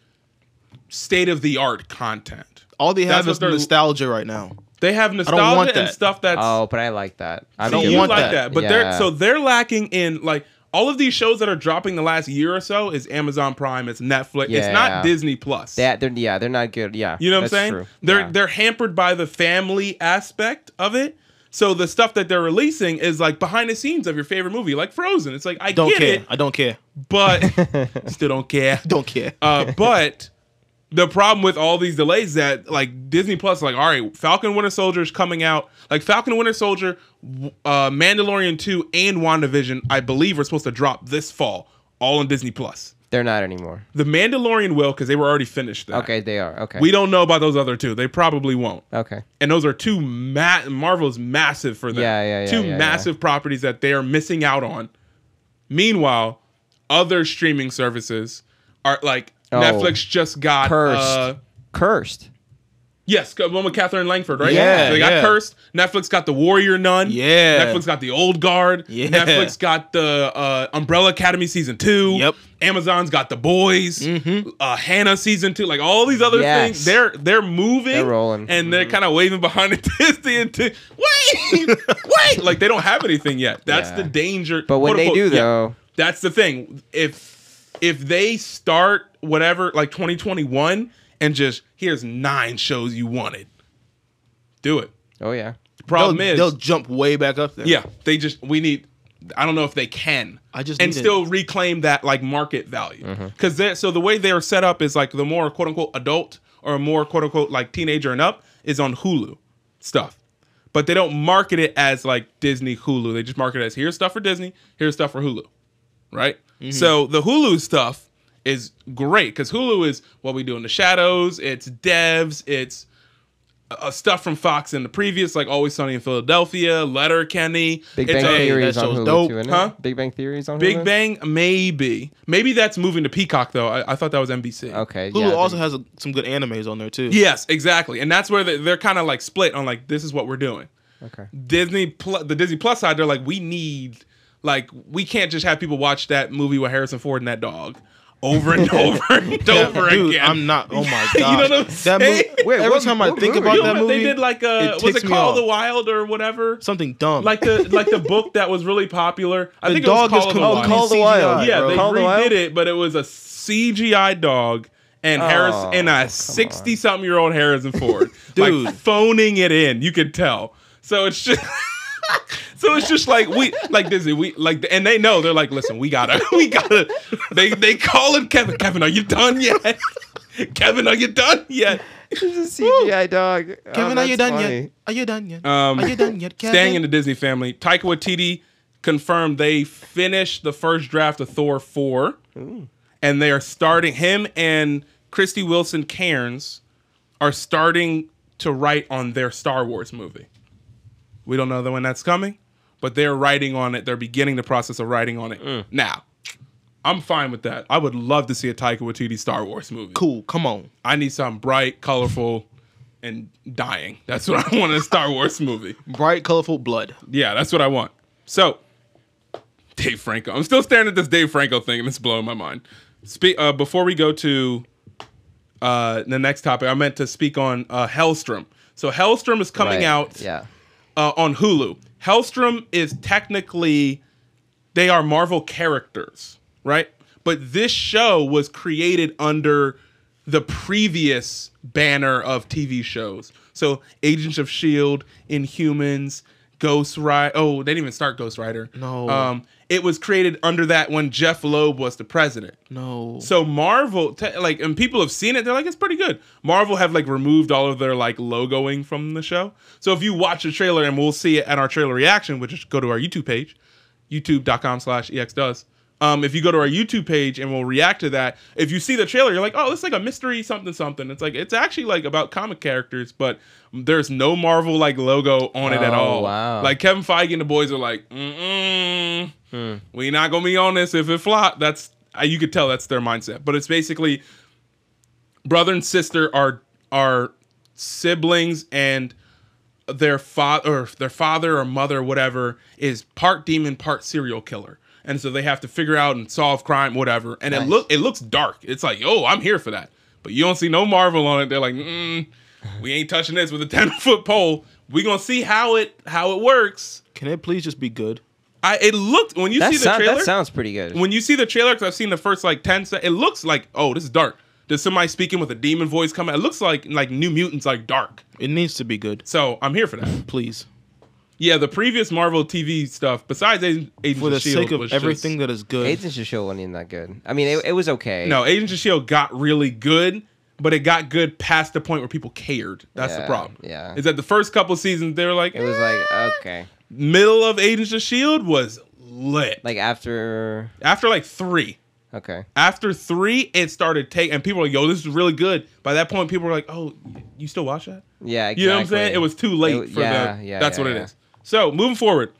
B: state of the art content.
C: all they have is
B: that's what they're-
C: nostalgia right now
B: They have
C: want
B: nostalgia and
C: that.
B: stuff that's
D: Oh, but I like that. I
C: don't
B: you
D: mean,
C: want
B: like that,
C: that.
B: but they're
D: Yeah.
B: so they're lacking in like all of these shows that are dropping the last year or so is Amazon Prime, it's Netflix, it's
D: Yeah.
B: not Disney Plus.
D: That they're yeah, they're not good. Yeah.
B: you know what I'm
D: that's
B: saying?
D: true.
B: They're
D: Yeah.
B: they're hampered by the family aspect of it. So the stuff that they're releasing is like behind the scenes of your favorite movie, like Frozen. It's like I
C: don't
B: get
C: care
B: it,
C: I don't care
B: but
D: *laughs*
B: still don't care.
C: don't care
B: Uh, but the problem with all these delays is that like Disney Plus, like all right, Falcon Winter Soldier is coming out. Like Falcon Winter Soldier, w- uh, Mandalorian two, and WandaVision, I believe, are supposed to drop this fall, all on Disney Plus.
D: They're not anymore.
B: The Mandalorian will because they were already finished. That.
D: Okay, they are. Okay.
B: We uh, don't know about those other two. They probably won't.
D: Okay.
B: And those are two ma- Marvel's massive for them.
D: Yeah, yeah, yeah,
B: Two
D: yeah, yeah.
B: massive properties that they are missing out on. Meanwhile, other streaming services are like
D: Oh.
B: Netflix just got
D: Cursed.
B: uh,
D: Cursed.
B: Yes, the one with Catherine Langford, right?
C: Yeah,
B: they got
C: yeah.
B: cursed. Netflix got the Warrior Nun.
C: Yeah.
B: Netflix got the Old Guard.
C: Yeah.
B: Netflix got the uh, Umbrella Academy season two.
C: Yep.
B: Amazon's got the Boys. Uh, Hannah season two. Like all these other
D: Mm-hmm. Yes.
B: things, they're they're moving.
D: They're rolling. Mm-hmm.
B: and they're kind of waving behind *laughs* the Disney and t- wait,
D: *laughs*
B: wait. Like they don't have anything yet. That's
D: Yeah.
B: the danger.
D: But when
B: quote,
D: they
B: unquote,
D: do
B: yeah.
D: though,
B: That's the thing. If if they start whatever like 2021 and just here's nine shows you wanted, do it.
D: oh yeah.
B: The problem
C: they'll,
B: is,
C: they'll jump way back up there
B: yeah, they just we need. I don't know if they can.
C: I just
B: and
C: need it.
B: still reclaim that like market value because they're so the way they are set up is like the more quote unquote adult or more quote unquote like teenager and up is on Hulu stuff, but they don't market it as like Disney Hulu. They just market it as here's stuff for Disney, here's stuff for Hulu, right?
D: Mm-hmm.
B: So the Hulu stuff is great because Hulu is what we do in the shadows. It's devs. It's uh, stuff from Fox in the previous, like Always Sunny in Philadelphia, Letter Kenny,
D: Big Bang Theory
C: that
D: is on
C: show's
D: Hulu
C: dope,
D: too, isn't
B: huh?
D: it? Big Bang Theory is on
B: Big
D: Hulu?
B: Bang, maybe. Maybe that's moving to Peacock though. I, I thought that was NBC.
D: Okay.
C: Hulu
D: yeah,
C: also
D: Big-
C: has a, some good animes on there too
B: Yes, exactly. And that's where they, they're kind of like split on like this is what we're doing. *laughs*
D: Okay.
B: Disney plus the Disney Plus side, they're like we need like we can't just have people watch that movie with Harrison Ford and that dog over and over and
C: *laughs* Yeah,
B: over
C: dude,
B: again.
C: I'm not. Oh my god!
B: *laughs* You know what I'm
C: That
B: saying?
C: movie,
D: Wait,
C: every
D: what-
C: time I
D: what
C: think
D: movie?
C: about
B: you know
C: that
B: what
C: movie,
B: they did like uh was
C: ticks
B: it
C: me
B: Call of the
C: off.
B: Wild or whatever?
C: *laughs* something dumb.
B: like the like the book that was really popular. I
C: The
B: think
C: dog
B: it was
C: is
B: Call of
C: completely
B: the Wild.
D: Oh, Call of the Wild.
B: Yeah,
C: bro.
B: they
D: Call of the
B: redid
D: Wild?
B: it, but it was a CGI dog and Harris
D: Oh,
B: and
D: come
B: a
D: on.
B: sixty something year old Harrison
D: *laughs*
B: Ford, like
C: Dude.
B: phoning it in. You could tell. So it's just. *laughs* So it's just like we like Disney we like and they know they're like listen we gotta *laughs* we gotta they they calling Kevin Kevin are you done yet *laughs* Kevin are you done yet
D: This is a CGI dog. Oh,
C: Kevin, are you done yet? Are you done yet?
B: Um,
C: are you done
B: *laughs*
C: yet? Kevin?
B: Staying in the Disney family, Taika Waititi confirmed they finished the first draft of Thor 4. And they are starting, him and Christy Wilson Cairns are starting to write on their Star Wars movie. We don't know when that's coming, but they're writing on it. They're beginning the process of writing on it now. I'm fine with that. I would love to see a Taika Waititi Star Wars movie.
C: cool. Come on.
B: I need something bright, colorful, and dying. That's what I want in a Star Wars movie.
C: Bright, colorful blood.
B: Yeah, that's what I want. So, Dave Franco. I'm still staring at this Dave Franco thing, and it's blowing my mind. Spe- uh, before we go to uh, the next topic, I meant to speak on uh, Hellstrom. So Hellstrom is coming out
D: Yeah.
B: uh, on Hulu. Hellstrom is technically they are Marvel characters, right? But this show was created under the previous banner of TV shows. So Agents of Shield, Inhumans, Ghost Rider. Oh, they didn't even start Ghost Rider.
C: No.
B: Um, It was created under that when Jeff Loeb was the president.
C: No.
B: So Marvel, te- like, and people have seen it. They're like, it's pretty good. Marvel have like removed all of their like logoing from the show. So if you watch the trailer, and we'll see it at our trailer reaction, which is go to our YouTube page, youtube.com/slash ex does. Um, if you go to our YouTube page and we'll react to that, if you see the trailer, you're like, oh, it's like a mystery something something. It's like it's actually like about comic characters, but there's no Marvel like logo on it at
D: Oh,
B: all.
D: wow.
B: Like Kevin Feige and the boys are like, mm
D: Hmm.
B: we not gonna be on this if it flop. That's uh, you could tell that's their mindset. But it's basically brother and sister are are siblings and their father or their father or mother whatever is part demon part serial killer and so they have to figure out and solve crime whatever and it
D: Nice.
B: look it looks dark it's like yo i'm here for that but you don't see no marvel on it they're like mm, we ain't touching this with a *laughs* 10 foot pole we gonna see how it how it works
C: Can it please just be good?
B: i it looked when you
D: That,
B: see the
D: sound,
B: trailer
D: that sounds pretty good.
B: when you see the trailer, because I've seen the first like ten seconds, it looks like oh, this is dark. There's somebody speaking with a demon voice coming. It looks like like New Mutants, like dark.
C: It needs to be good.
B: So I'm here for that.
C: Please.
B: Yeah, the previous Marvel TV stuff, besides Agent, Agents
C: For the
B: of Shield,
C: sake of
B: E was
C: everything
B: just-
C: that is good.
D: Agents of Shield wasn't even that good. I mean, it, it was okay.
B: no, Agents of Shield E got really good, but it got good past the point where people cared. That's the
D: Yeah,
B: problem.
D: yeah.
B: is that the first couple seasons they were like,
D: it was
B: "Eh."
D: like okay,
B: middle of Agents of Shield E was lit.
D: like after
B: After like three,
D: okay,
B: After three, it started taking, and people were like, "Yo, this is really good." By that point, people were like, "Oh, you still watch that?"
D: yeah, exactly.
B: You know what I'm saying? It was too late
D: It-
B: for
D: yeah,
B: them.
D: yeah,
B: That's
D: yeah,
B: what it
D: yeah.
B: is. So moving forward,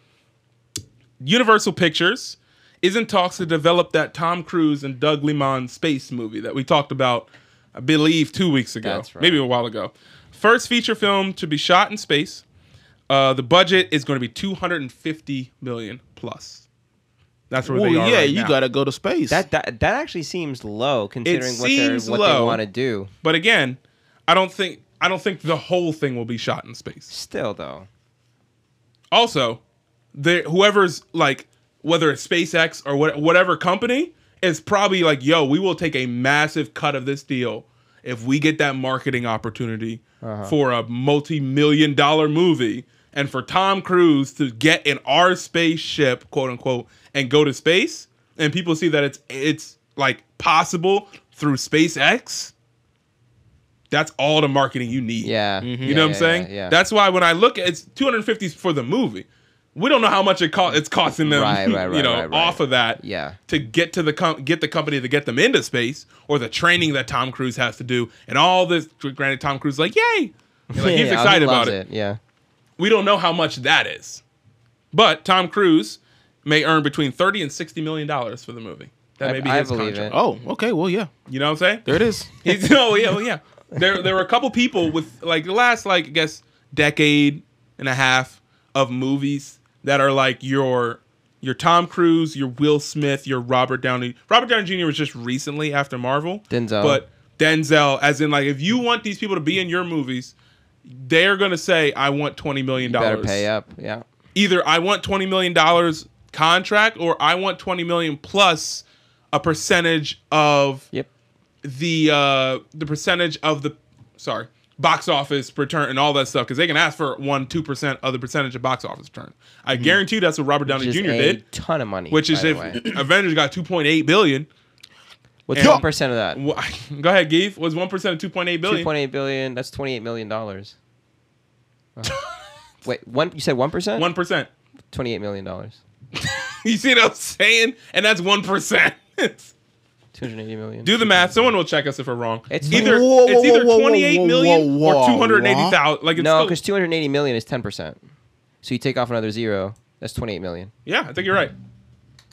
B: Universal Pictures is in talks to develop that Tom Cruise and Doug Liman space movie that we talked about, I believe, two weeks ago,
D: That's right.
B: maybe a while ago. First feature film to be shot in space. Uh, the budget is going to be 250 million plus. That's where
C: well,
B: they are.
C: yeah,
B: right
C: you
B: now.
C: gotta go to space.
D: That, that that actually seems low considering what, they're,
B: seems
D: what
B: low.
D: they want to do.
B: But again, I don't think I don't think the whole thing will be shot in space.
D: Still though,
B: Also, there whoever's like whether it's SpaceX or what, whatever company is probably like, "Yo, we will take a massive cut of this deal if we get that marketing opportunity for a multi-million dollar movie." And for Tom Cruise to get in our spaceship, quote unquote, and go to space, and people see that it's it's like possible through SpaceX, that's all the marketing you need.
D: yeah.
B: You know what I'm saying?
D: Yeah. yeah.
B: That's why when I look at it's 250 for the movie. We don't know how much it cost. It's costing them,
D: Right,
B: *laughs*
D: right,
B: you
D: right,
B: know,
D: right, right.
B: off of that.
D: Yeah.
B: To get to the com- get the company to get them into space, or the training that Tom Cruise has to do, and all this. Granted, Tom Cruise is like, yay, You know, like,
D: *laughs* Yeah,
B: he's
D: he
B: excited about
D: loves
B: it.
D: Yeah.
B: We don't know how much that is, but Tom Cruise may earn between 30 and 60 million dollars for the movie. That
D: I-
B: may be
D: I
B: his
D: believe
B: contract.
C: oh, okay. Well, yeah.
B: You know what I'm saying?
C: There it is.
B: He's, *laughs* oh yeah, oh yeah. There there were a couple people with like the last like I guess decade and a half of movies that are like your your Tom Cruise, your Will Smith, your Robert Downey. Robert Downey Jr. was just recently after Marvel.
D: Denzel.
B: But Denzel, as in like if you want these people to be in your movies, they're gonna say, I want twenty million
D: Better
B: dollars.
D: pay up. Yeah.
B: Either I want twenty million dollars contract or I want twenty million plus a percentage of
D: Yep.
B: the uh the percentage of the sorry box office return and all that stuff because they can ask for one two percent of the percentage of box office return. I guarantee you that's what Robert Downey
D: Just
B: Jr.
D: a
B: did,
D: ton of money.
B: which is
D: by the
B: if
D: way.
B: *clears throat* Avengers got two point eight billion.
D: what's
B: and-
D: one percent of that?
B: Wha- *laughs* Go ahead, Geef. Was one percent of two point eight
D: Two
B: billion?
D: point eight billion. That's twenty eight million
B: *laughs*
D: dollars. Wait, one? You said one percent?
B: One percent. *laughs*
D: Twenty eight million dollars.
B: You see what I'm saying? And that's one percent. *laughs*
D: Two hundred eighty million.
B: Do the math. Someone will check us if we're wrong.
D: It's
B: either
C: Whoa,
B: it's
C: whoa,
B: either
C: whoa, whoa,
B: twenty eight
C: whoa,
B: million
C: whoa,
B: or
C: whoa,
B: two hundred eighty thousand. *laughs* Like it's
D: no,
B: still-
D: because two hundred eighty million is ten percent. So you take off another zero. That's twenty eight million.
B: yeah, I think you're right.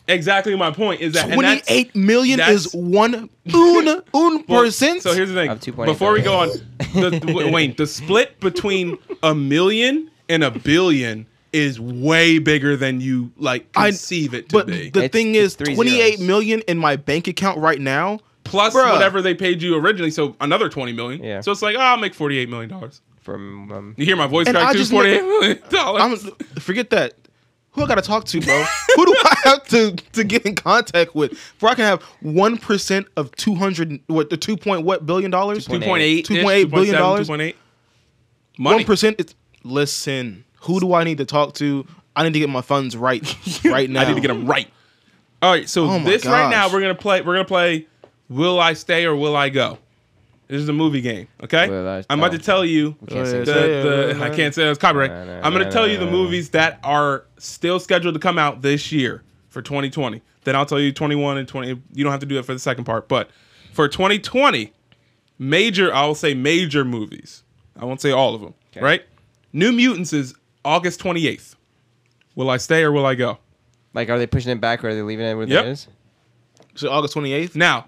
B: Exactly my point is that and that's-
C: Twenty-eight million
B: that's-
C: is one un un
B: *laughs* Well,
C: percent.
B: So here's the
D: Of
B: thing.
D: 2.8
B: Before we go on,
D: *laughs*
B: the, w- Wayne, the split between a million and a billion is way bigger than you like
C: I-
B: conceive it to
C: but
B: be.
C: the
D: It's-
C: thing
D: it's
C: is,
D: three
C: twenty-eight million
D: zeros.
C: in my bank account right now.
B: Plus
C: bruh.
B: whatever they paid you originally, so another twenty million.
D: Yeah.
B: So it's like, oh, I'll make forty-eight million dollars.
D: From um,
B: You hear my voice
C: And
B: crack
C: I
B: too?
C: just make-
B: Forty-eight million dollars.
C: I'm forget that. Who I gotta talk to, bro? *laughs* Who do I have to to get in contact with? For I can have one percent of two hundred what the two point what billion dollars?
D: 2.8.
B: 2.8,
C: 2.8 billion dollars?
B: Two point eight.
C: One
B: Money.
C: percent. It's
B: *laughs*
C: listen. Who do I need to talk to? I need to get my funds right right now.
B: I need to get them right. All right, so
C: Oh my
B: this right now
C: gosh.
B: we're gonna play. We're gonna play. Will I stay or will I go? This is a movie game. Okay,
D: Will I-
B: I'm about
D: oh.
B: to tell you. the,
D: can't say
B: the, I can't say it's copyright.
D: No, no,
B: I'm gonna
D: no,
B: tell
D: no,
B: you the
D: no, no.
B: movies that are still scheduled to come out this year for 2020. Then I'll tell you 21 and 20. You don't have to do it for the second part, but for 2020, major. I will say major movies. I won't say all of them. Right? New Mutants is August 28th. Will I stay or will I go?
D: Like, are they pushing it back or are they leaving it where
B: Yep.
D: it is?
C: So August 28th.
B: Now,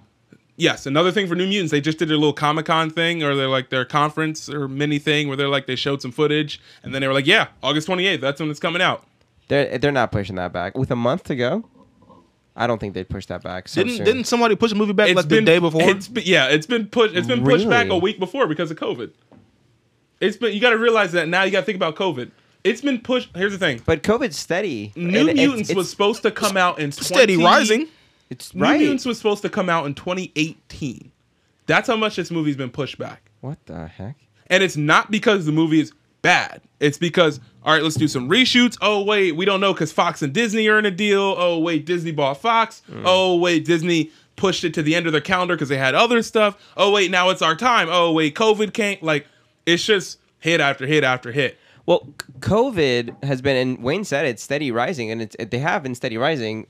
B: yes, another thing for New Mutants, they just did their little Comic Con thing or their like their conference or mini thing where they're like they showed some footage and then they were like, yeah, August 28th, that's when it's coming out.
D: They're they're not pushing that back. With a month to go, I don't think they'd push that back. So
C: Didn't
D: soon.
C: didn't somebody push a movie back
B: It's
C: like the day before?
B: It's been, yeah, it's been pushed. It's been pushed back a
D: Really?
B: week before because of COVID. It's been you got to realize that now. You got to think about COVID. It's been pushed. Here's the thing:
D: But COVID's steady.
B: New
D: And it's-
B: Mutants
D: it's-
B: was supposed to come out in 20,
C: Steady rising.
D: It's
B: New
D: right.
B: Mutants was supposed to come out in 2018. That's how much this movie's been pushed back.
D: What the heck?
B: And it's not because the movie is bad. It's because, all right, let's do some reshoots. Oh, wait, we don't know because Fox and Disney are in a deal. Oh, wait, Disney bought Fox.
D: Mm.
B: Oh, wait, Disney pushed it to the end of their calendar because they had other stuff. Oh, wait, now it's our time. Oh, wait, COVID came. Like, it's just hit after hit after hit.
D: Well, c- COVID has been, and Wayne said it's steady rising, and it's it, they have been steady rising.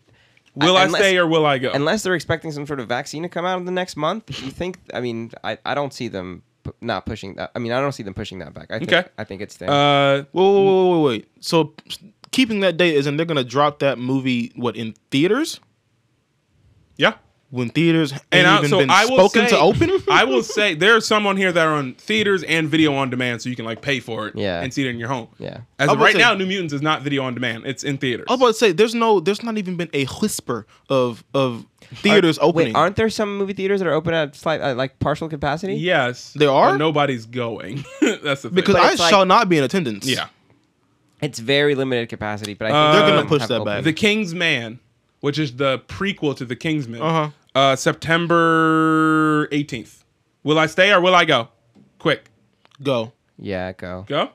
B: Will I,
D: unless-
B: stay or will I go?
D: Unless they're expecting some sort of vaccine to come out in the next month,
B: *laughs*
D: you think? I mean, I, I don't see them p- not pushing that. I mean, I don't see them pushing that back. I think,
B: Okay.
D: I think it's there.
B: uh,
C: Whoa, whoa, whoa, whoa, wait. So keeping that date isn't they're gonna drop that movie what in theaters
B: yeah.
C: when theaters
B: And
C: ain't
B: I,
C: even
B: so
C: been
B: I will
C: spoken
B: say,
C: to open? *laughs*
B: *laughs* I will say there are some on here that are on theaters and video on demand, so you can like pay for it
D: Yeah.
B: and see it in your home.
D: Yeah.
B: As
C: I
B: of
C: will
B: right
C: say-
B: now, New Mutants is not video on demand; it's in theaters.
C: I was about to say there's no there's not even been a whisper of of theaters opening.
D: Wait, aren't there some movie theaters that are open at slight, uh, like partial capacity?
B: yes,
C: There are?
B: But nobody's going. *laughs* That's the thing.
C: because
D: But
C: I
D: it's like-
C: shall not be in attendance.
B: yeah,
D: It's very limited capacity, but I think
B: Uh, They're
D: some
B: gonna
D: have
C: push
D: it
C: that
D: open.
C: back.
B: The King's Man, which is the prequel to The Kingsman,
C: Uh-huh.
B: uh, September eighteenth. Will I stay or will I go? Quick,
C: Go.
D: Yeah, go.
B: go.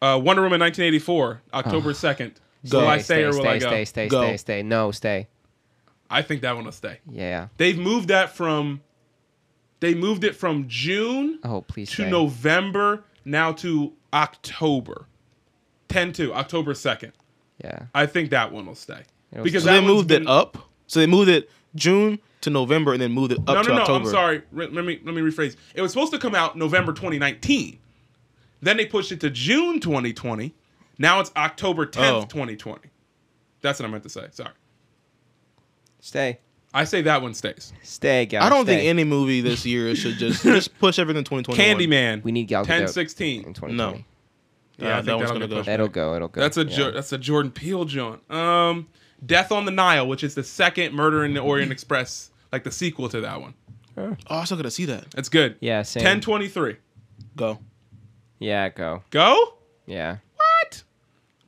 B: Uh, Wonder Woman, nineteen eighty four,
C: *sighs*
B: October second.
C: Go.
B: Will I stay or will
D: stay,
B: I go?
D: stay, stay,
C: Go.
D: stay, stay. No, stay.
B: I think that one will stay.
D: Yeah.
B: They've moved that from they moved it from June
D: Oh, please
B: to
D: stay.
B: November now to October. 10 to October 2nd.
D: Yeah.
B: I think that one will stay.
D: It'll
B: Because
C: So
B: that
C: they
B: one's
C: moved
B: been-
C: it up. So they moved it June to November and then moved it up
B: No,
C: to
B: no, no.
C: October.
B: I'm sorry. Re- let me let me rephrase. It was supposed to come out November 2019. Then they pushed it to June 2020. Now it's October 10th,
C: Oh.
B: 2020. That's what I meant to say. Sorry.
D: Stay.
B: I say that one stays.
D: Stay, guys.
C: I don't think
D: stay.
C: any movie this year should
B: *laughs*
C: just just push everything to 2021.
B: Candyman.
D: We need Gal Gadot.
B: 1016.
D: in 2020.
C: No.
B: Yeah, I
C: that
B: think
C: one's
B: that'll
C: gonna
B: get
C: go.
B: pushed
D: That'll go. It'll go.
B: That's a
D: yeah.
B: Jo- that's a Jordan Peele joint. Um, Death on the Nile, which is the second Murder in the Orient Express, like the sequel to that one.
C: Oh, I still gotta see that.
B: That's good.
D: Yeah, same.
B: Ten twenty three.
C: Go.
D: yeah, go.
B: Go.
D: Yeah.
B: What?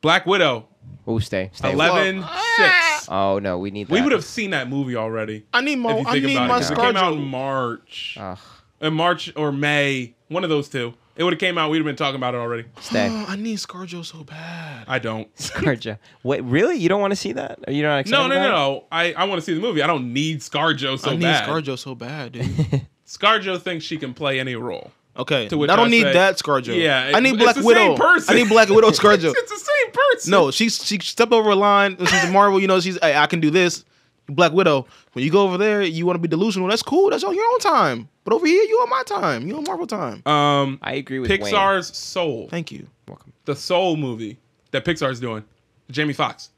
B: Black Widow.
D: Oh, stay. Stay.
B: Eleven six.
D: Oh no, we need. That.
B: We would have seen that movie already.
C: Ah! I need
B: if
C: my
B: you
C: I
B: think
C: need
B: about
C: my
B: it, 'cause it came out in
C: ScarJo.
B: March,
D: Ugh,
B: in March or May, one of those two. It would have came out. We'd have been talking about it already.
D: stay.
C: Oh, I need ScarJo so bad.
B: I don't.
D: Scarja. Wait, really? You don't want to see that? Are you not
B: No,
D: excited?
B: no, no,
D: about it?
B: no. I, I want to see the movie. I don't need ScarJo so
C: I need
B: bad.
C: ScarJo so bad,
B: *laughs*
C: dude.
B: ScarJo thinks she can play any role.
C: Okay.
B: To which
C: I don't
B: I
C: need
B: say-
C: that ScarJo.
B: Yeah,
C: I
B: it-
C: need
B: it's
C: Black
B: the
C: Widow.
B: same person.
C: I need Black
B: *laughs*
C: Widow ScarJo.
B: It's the same person.
C: No, she's she stepped over a line. and She's a Marvel, you know. She's hey, I can do this. Black Widow. When you go over there, you want to be delusional. That's cool. That's on your own time. But over here, you on my time. You on Marvel time.
B: Um,
D: I agree with Wayne.
B: Pixar's Soul,
C: Thank you.
D: Welcome.
B: the Soul movie that Pixar's doing, Jamie Foxx,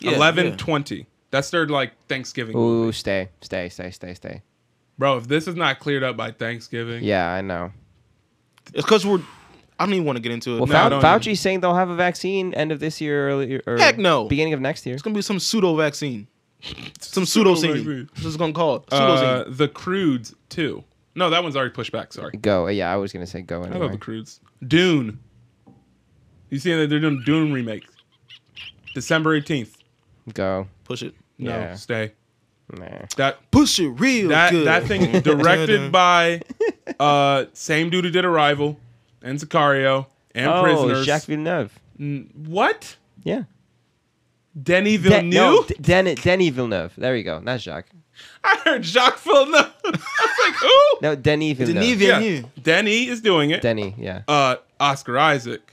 C: Yeah,
B: eleven
C: yeah.
B: twenty. That's their like Thanksgiving,
D: Ooh, stay, stay, stay, stay, stay.
B: bro. If this is not cleared up by Thanksgiving,
D: Yeah, I know.
C: It's because we're. I don't even want to get into it.
D: Well,
B: No, I
D: Fau-
B: don't
D: Fauci's saying they'll have a vaccine end of this year, early, or
C: Heck no.
D: beginning of next year.
C: it's gonna be some pseudo vaccine. Some pseudo
B: Pseudo-vaccine.
C: scene. This is gonna call it. Pseudo
B: uh, the Crudes too. No, that one's already pushed back. Sorry,
D: Go. Yeah, I was gonna say go
B: I love
D: anyway.
B: the Crudes. Dune. You see that they're doing Dune remake, December eighteenth.
D: Go.
C: Push it.
B: No,
D: Yeah.
B: stay.
D: Nah.
B: That
C: Push it real
B: that
C: good.
B: that thing
C: *laughs*
B: directed by uh same dude who did Arrival and Sicario and
D: oh,
B: Prisoners.
D: Jacques Villeneuve.
B: N- What?
D: Yeah.
B: Denny
D: De-
B: Villeneuve.
D: no, D- Den- Denny Villeneuve. There you go. Not Jacques.
B: *laughs* I heard Jacques Villeneuve. *laughs* I was like, who?
D: No, *laughs* Denny Villeneuve.
C: Denis
B: Yeah,
C: Villeneuve.
B: Denny is doing it.
D: Denny, yeah.
B: uh, Oscar Isaac,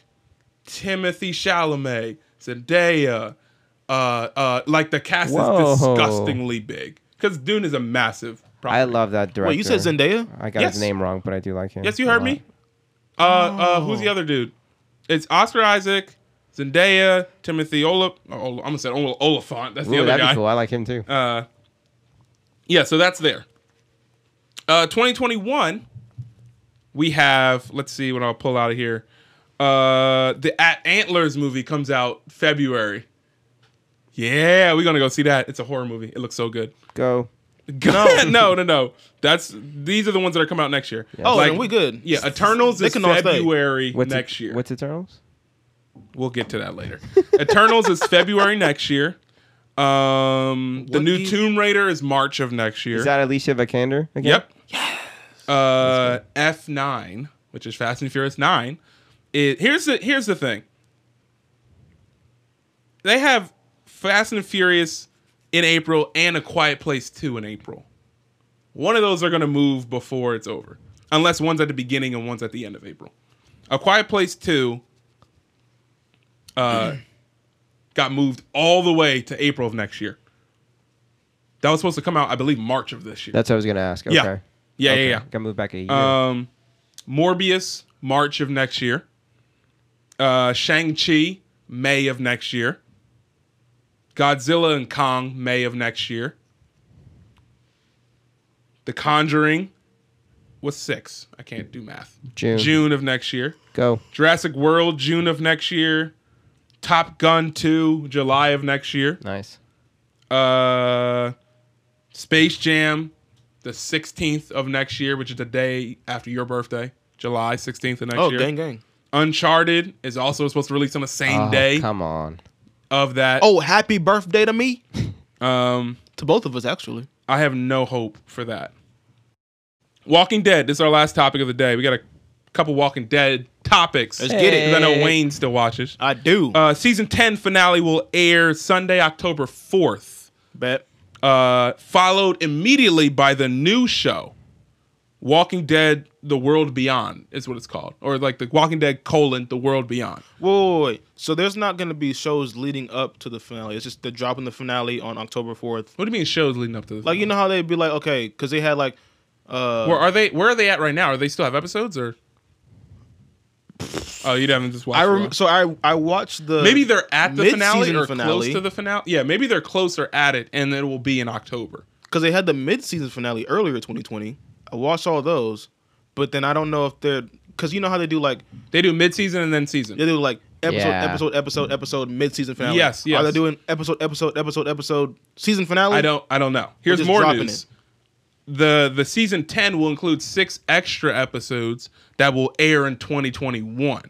B: Timothy Chalamet, Zendaya. Uh, uh, like the cast
D: Whoa.
B: is disgustingly big because Dune is a massive. Property.
D: I love that director.
C: Wait, you said Zendaya?
D: I got
B: Yes.
D: his name wrong, but I do like him.
B: Yes, you
D: a
B: heard
D: lot.
B: me. Uh,
D: Oh.
B: uh, who's the other dude? It's Oscar Isaac, Zendaya, Timothy Olaf. I'm gonna say Ola- Olafant. That's the
D: Ooh,
B: other
D: that'd
B: guy.
D: be cool. I like him too.
B: Uh, yeah, so that's there. Uh, 2021, we have, let's see what I'll pull out of here. Uh, the At Antlers movie comes out February. Yeah, we're going to go see that. It's a horror movie. It looks so good. *laughs*
D: go.
B: No, no, no, no. That's these are the ones that are coming out next year.
C: Oh,
B: Like,
C: then we good.
B: Yeah, Eternals
C: They
B: is
C: can all stay.
B: February
D: What's
B: next
D: it,
B: year.
D: What's Eternals?
B: We'll get to that later. *laughs* Eternals is February next year. Um, the
C: What
B: new
C: do you-
B: Tomb Raider is March of next year.
D: Is that Alicia Vikander? Again?
B: Yep. Uh, F nine, which is Fast and Furious nine. It here's the here's the thing. They have Fast and Furious in April and A Quiet Place two in April. One of those are going to move before it's over, unless one's at the beginning and one's at the end of April. A Quiet Place two. Uh, *clears throat* got moved all the way to April of next year. That was supposed to come out, I believe, March of this year.
D: That's what I was gonna ask. Okay.
B: Yeah. Yeah,
D: Okay.
B: yeah,
D: Got moved back a year.
B: yeah. Um, Morbius, March of next year. Uh, Shang-Chi, May of next year. Godzilla and Kong, May of next year. The Conjuring was six. I can't do math.
D: June.
B: June of next year.
D: Go.
B: Jurassic World, June of next year. Top Gun 2, July of next year.
D: Nice.
B: Uh, Space Jam, the 16th of next year, which is the day after your birthday, July 16th of next
C: Oh,
B: year.
C: gang, gang.
B: Uncharted is also supposed to release on the same
D: Oh,
B: day
D: Come on.
B: of that.
C: Ah, Oh, happy birthday to me.
B: Um,
C: To both of us, actually.
B: I have no hope for that. Walking Dead. This is our last topic of the day. We got a couple Walking Dead topics.
C: Let's get it.
B: 'Cause I know
D: Hey.
B: Wayne still watches.
C: I do.
B: Uh, season 10 finale will air Sunday, October 4th.
C: Bet.
B: uh, followed immediately by the new show, Walking Dead: The World Beyond, is what it's called, or like the Walking Dead colon The World Beyond.
C: Whoa, wait, wait. So there's not going to be shows leading up to the finale. It's just the dropping the finale on October 4th.
B: What do you mean shows leading up to this?
C: Like, you know how they'd be like, okay, because they had like, uh,
B: where are they? Where are they at right now? Are they still have episodes or? Oh, you haven't just watched.
C: I
B: it
C: rem-
B: all.
C: so I I watched the
B: Maybe they're at the finale
C: mid-season
B: or close
C: finale.
B: to the finale. Yeah, maybe they're closer at it, and it will be in October.
C: because they had the mid-season finale earlier 2020. I watched all those, but then I don't know if they're because you know how they do like
B: They do mid-season and then season.
C: they do like episode
D: Yeah.
C: episode episode episode mid-season finale.
B: Yes, yes.
C: Are they doing episode episode episode episode season finale?
B: I don't I don't know. Here's
C: just
B: more
C: dropping
B: news. The the season 10 will include 6 extra episodes that will air in 2021.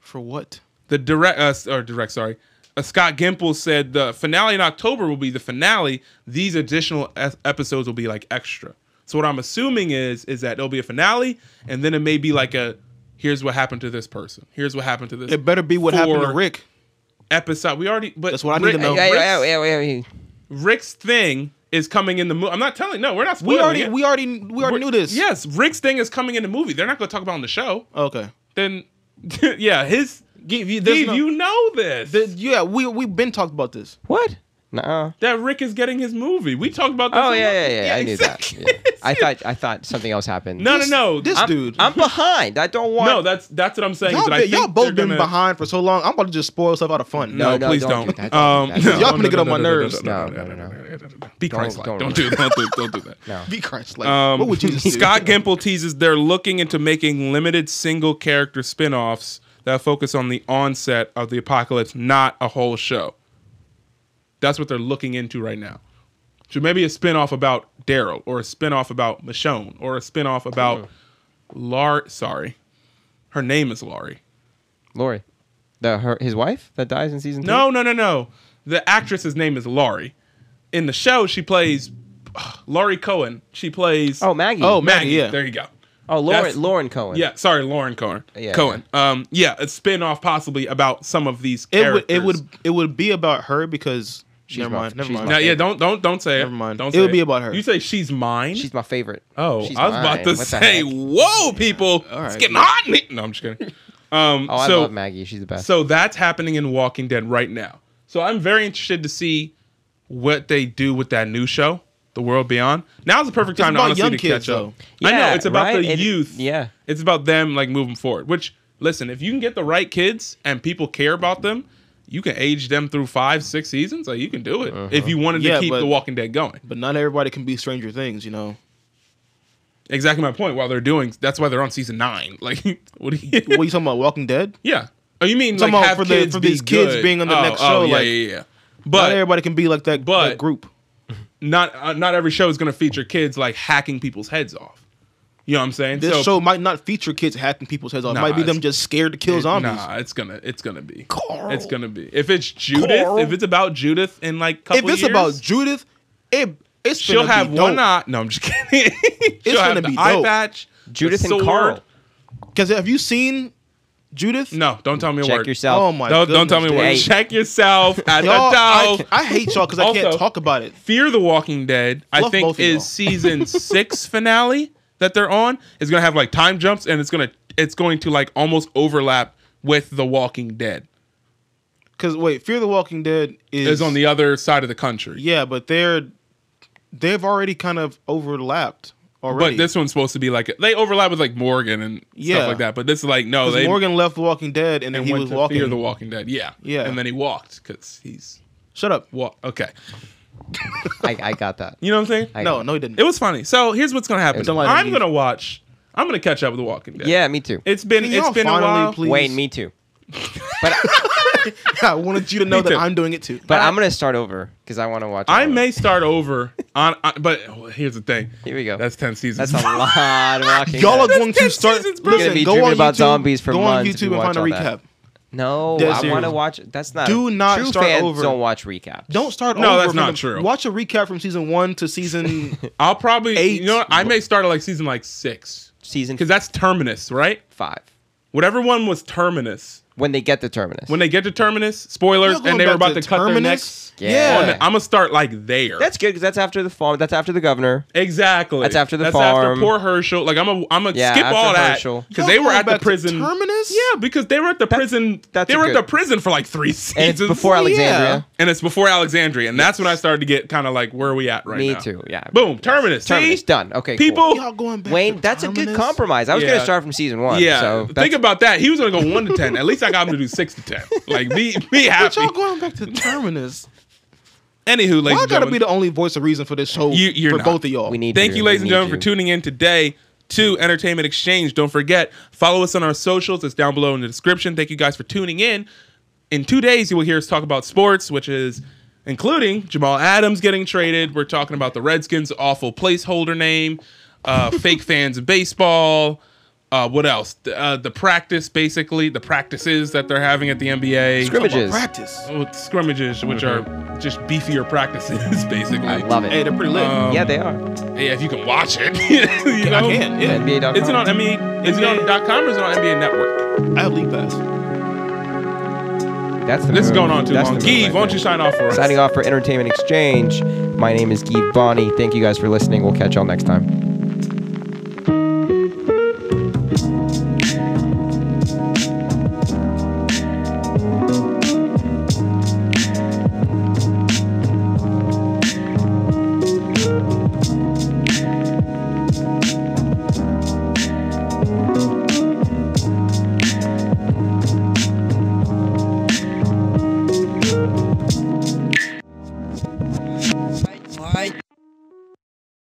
C: for what?
B: The direct uh, or direct sorry. Uh, Scott Gimple said the finale in October will be the finale. These additional es- episodes will be like extra. So what I'm assuming is is that there'll be a finale and then it may be like a here's what happened to this person. Here's what happened to this.
C: It better be what happened to
B: for
C: Rick.
B: episode. We already but
C: That's what I need to know.
D: Yeah,
B: Rick's,
D: yeah, yeah, yeah, yeah.
B: Rick's thing is coming in the movie. I'm not telling. No, we're not spoiling.
C: We already
B: it.
C: we already we already knew this.
B: Yes, Rick's thing is coming in the movie. They're not going to talk about it on the show.
C: Okay.
B: Then, *laughs* yeah, his.
C: Give you,
B: Steve, you know this.
C: The- yeah, we we've been talked about this.
D: What? Nuh-uh.
B: that Rick is getting his movie. We talked about this.
D: Oh
B: a
D: yeah,
B: lot.
D: yeah, yeah. I knew
B: exactly.
D: that. Yeah. I thought I thought something else happened.
B: No, no, no.
C: This
B: I'm-
C: dude,
D: I'm behind. I don't
B: *laughs*
D: want.
B: No, that's that's what I'm saying. is
C: y'all,
B: that I
C: been, y'all
B: think
C: both
B: they're
C: been
B: gonna-
C: behind for so long. I'm about to just spoil stuff out of fun.
B: No,
D: No, no,
B: please don't.
D: don't do that,
B: Um,
D: don't
B: *laughs*
D: do that, don't
C: do Y'all that. finna get on my nerves.
D: No, no, no,
B: Be
D: Don't-
B: Christ-like. Don't,
D: don't
B: do don't do don't do that.
D: *laughs* No.
C: *laughs* Be Christ like.
B: Um,
C: what would Jesus do?
B: Scott Gimple teases they're looking into making limited single character spin offs that focus on the onset of the apocalypse, not a whole show. That's what they're looking into right now. So maybe a spin off about Daryl, or a spin off about Michonne, or a spin off about Lar. Sorry, her name is Laurie.
D: Lori, the her his wife that dies in season two.
C: Hmm?
B: No, no, no, no. The actress's name is Laurie. In the show, she plays Laurie Cohen. She plays
D: Oh, Maggie.
C: Oh,
B: Maggie.
C: Maggie, yeah.
B: There you go.
D: Oh, Lauren,
B: That's-
D: Lauren Cohen.
B: Yeah, sorry, Lauren Cohen.
D: Yeah,
B: Cohen. Um, yeah, a spin-off possibly about some of these
C: It would
B: characters.
C: it would it would be about her because
D: She's
C: never
D: my-
C: mind. Never
D: she's
C: mind.
B: Now, yeah, don't don't don't say
C: Never
B: it.
C: mind.
B: Don't
C: It would
B: say
C: be about her.
B: You say she's mine.
D: She's my favorite.
B: oh,
D: She's
B: I was
D: mine.
B: about to
D: What the
B: say,
D: heck?
B: whoa, people,
C: All
B: it's
C: right.
B: getting hot. in here. No, I'm just
C: *laughs*
B: kidding. Um,
D: Oh, I
B: so
D: love Maggie. She's the best.
B: so that's happening in Walking Dead right now. So I'm very interested to see what they do with that new show, The World Beyond. Now's the perfect time to
C: about
B: honestly
C: young
B: to
C: kids,
B: catch up. I know
D: Yeah,
B: it's about
D: right?
B: the
D: It-
B: youth.
D: yeah.
B: it's about them like moving forward. Which listen, if you can get the right kids and people care about them, you can age them through five, six seasons. Like you can do it if you wanted to
C: Yeah,
B: keep
C: but-
B: The Walking Dead going.
C: But not everybody can be Stranger Things, you know.
B: Exactly my point. While they're doing, that's why they're on season nine. *laughs* Like what do you?
C: *laughs* What are you talking about? Walking Dead?
B: Yeah. Oh, you mean like
C: Talking about
B: have
C: for the-
B: kids
C: for
B: be
C: these kids
B: good.
C: being on the
B: Oh,
C: next
B: Oh,
C: show,
B: yeah,
C: like-
B: yeah, yeah.
C: not
B: *laughs* But
C: everybody can be like that,
B: but-
C: that group.
B: not uh, not every show is going to feature kids like hacking people's heads off. You know what I'm saying?
C: This
B: So-
C: show might not feature kids hacking people's heads off.
B: Nah,
C: it might be them
B: it's-
C: just scared to kill
B: it-
C: zombies.
B: Nah, it's gonna it's gonna be.
C: Carl.
B: It's gonna be. If it's Judith,
C: Carl.
B: if it's about Judith in like
C: if
B: couple
C: it's
B: years,
C: about Judith, it it's
B: she'll
C: gonna
B: have
C: be
B: one eye. No, I'm just
C: *laughs*
B: kidding. *laughs* she'll have
C: gonna
B: the
C: be
B: eye
C: dope.
B: patch. the
D: Judith and
B: sword.
D: Carl.
C: Because have you seen Judith?
B: No, don't tell me a
D: Check
B: word.
D: yourself.
C: Oh my
B: Don't
C: goodness,
B: don't tell me a
C: dude.
B: word. *laughs*
D: Hey.
B: Check yourself at the
C: Y'all, I,
B: dove.
C: I hate y'all because I can't
B: Also-
C: talk about it.
B: Fear the Walking Dead, I
C: Love
B: think,
C: both of y'all.
B: is
C: *laughs*
B: season six finale that they're on. It's gonna have like time jumps, and it's gonna it's going to like almost overlap with the Walking Dead.
C: Because wait, Fear the Walking Dead is,
B: Is on the other side of the country,
C: yeah, but they're they've already kind of overlapped already.
B: but this one's supposed to be like they overlap with like Morgan and
C: Yeah.
B: stuff like that. But this is like no,
C: 'Cause
B: they
C: Morgan left The Walking Dead and then
B: and
C: he
B: went
C: was
B: to
C: walking.
B: Fear the Walking Dead, yeah,
C: Yeah.
B: and then he walked because he's
C: Shut up.
B: walk. Okay,
D: I, I
B: *laughs*
D: got that.
B: you know what I'm saying?
D: I
C: No,
D: got
C: no, he didn't.
B: It was funny. So here's what's gonna happen.
D: Don't
C: let him
B: I'm
C: leave.
B: gonna watch. I'm gonna catch up with the Walking Dead.
D: it. Yeah, me too.
B: it's been
C: Can
B: it's
C: y'all
B: been a
C: finally,
B: while.
C: please?
D: Wayne,
B: *laughs*
D: me too. But
C: *laughs* I wanted you to know
B: Me
C: that
B: too.
C: I'm doing it too.
D: but I'm gonna start over because I want to watch. all
B: I
D: of it.
B: may start over on, on but oh, here's the thing.
D: Here we go.
B: That's ten seasons. *laughs*
D: That's a lot of walking.
C: Y'all are
D: Dead.
C: going to
B: That's
C: start.
B: seasons, bro.
C: listen,
D: You're gonna be
C: go
D: dreaming
C: on
D: about
C: YouTube,
D: zombies for
C: go on
D: months if
C: YouTube
D: you
C: and
D: watch
C: find a
D: all that.
C: recap.
D: no.
C: Dead
D: I want to
C: serious.
D: watch. That's not.
C: Do not
D: true
C: start
D: fans
C: over.
D: Don't watch recaps.
C: Don't start.
B: No,
C: over
B: that's
C: from
B: not
C: the-
B: true.
C: Watch a recap from season one to *laughs* season.
B: I'll probably
C: Eight.
B: You know, what? I may start at like season like six
D: season
B: because that's terminus, right?
D: five
B: Whatever one was terminus.
D: when they get the terminus.
B: When they get to terminus, spoilers,
C: Y'all going
B: and they were
C: back
B: about to,
C: to
B: cut their
C: Terminus?
B: necks.
D: Yeah.
B: on the- I'm gonna start like there.
D: that's good because that's after the farm. That's after the governor.
B: exactly.
D: That's after the
B: That's
D: farm.
B: after poor Herschel. Like I'm a I'm gonna
D: Yeah,
B: skip
D: after
B: all that
D: Herschel.
B: because
C: Y'all
B: they were
C: going
B: at the
C: back to
B: prison.
C: Terminus.
B: Yeah, because they were at the prison.
D: that's
B: they
D: a
B: were
D: good-
B: at the prison for like three seasons
D: And it's before Alexandria.
B: and it's before Alexandria, and that's when I started to get kind of like where are we at right
D: Me
B: now.
D: too, yeah.
B: Boom. Terminus.
D: Terminus
B: See?
D: done. Okay. cool.
B: People.
C: Y'all going back.
D: Wayne,
C: to
D: that's a
C: Terminus?
D: good compromise. I was
B: Yeah.
D: gonna start from season one.
B: Yeah.
D: So
B: Think about that. He was gonna go one to ten. At least I got him to do six to ten. Like be be
C: But
B: happy.
C: y'all going
D: *laughs*
C: back to *laughs* Terminus.
B: Anywho, ladies
C: Why I
B: and
C: gotta be
B: gentlemen.
C: the only voice of reason for this show?
B: You- you're
C: for
B: not.
C: both of y'all.
D: we need.
B: Thank you, ladies and
D: we need
B: gentlemen, for
D: you.
B: tuning in today to Entertainment Exchange. Don't forget, follow us on our socials. It's down below in the description. Thank you guys for tuning in. In two days, you will hear us talk about sports, which is including Jamal Adams getting traded. We're talking about the Redskins' awful placeholder name,
D: *laughs*
B: uh, fake fans of baseball. Uh, what else? The, uh, the practice, basically, the practices that they're having at the NBA.
D: scrimmages.
C: Practice.
B: With Oh, scrimmages, which are just beefier practices, *laughs* basically.
D: Mm-hmm. I love
C: Hey,
D: it.
C: they're pretty lit.
B: Um,
D: Yeah, they are.
B: Yeah, if you can watch it, *laughs* you know.
C: I can. Yeah.
D: NBA.com.
B: Is it on NBA? Is it on dot .com or is it on NBA Network?
C: I have league pass.
D: That's the
C: Um,
B: This is
D: move.
B: going on too
D: That's
B: long.
D: the move
B: Gee,
D: right
B: why don't you
D: there.
B: sign off for us?
D: Signing off for Entertainment Exchange. My name is Guy Bonnie. Thank you guys for listening. We'll catch y'all next time.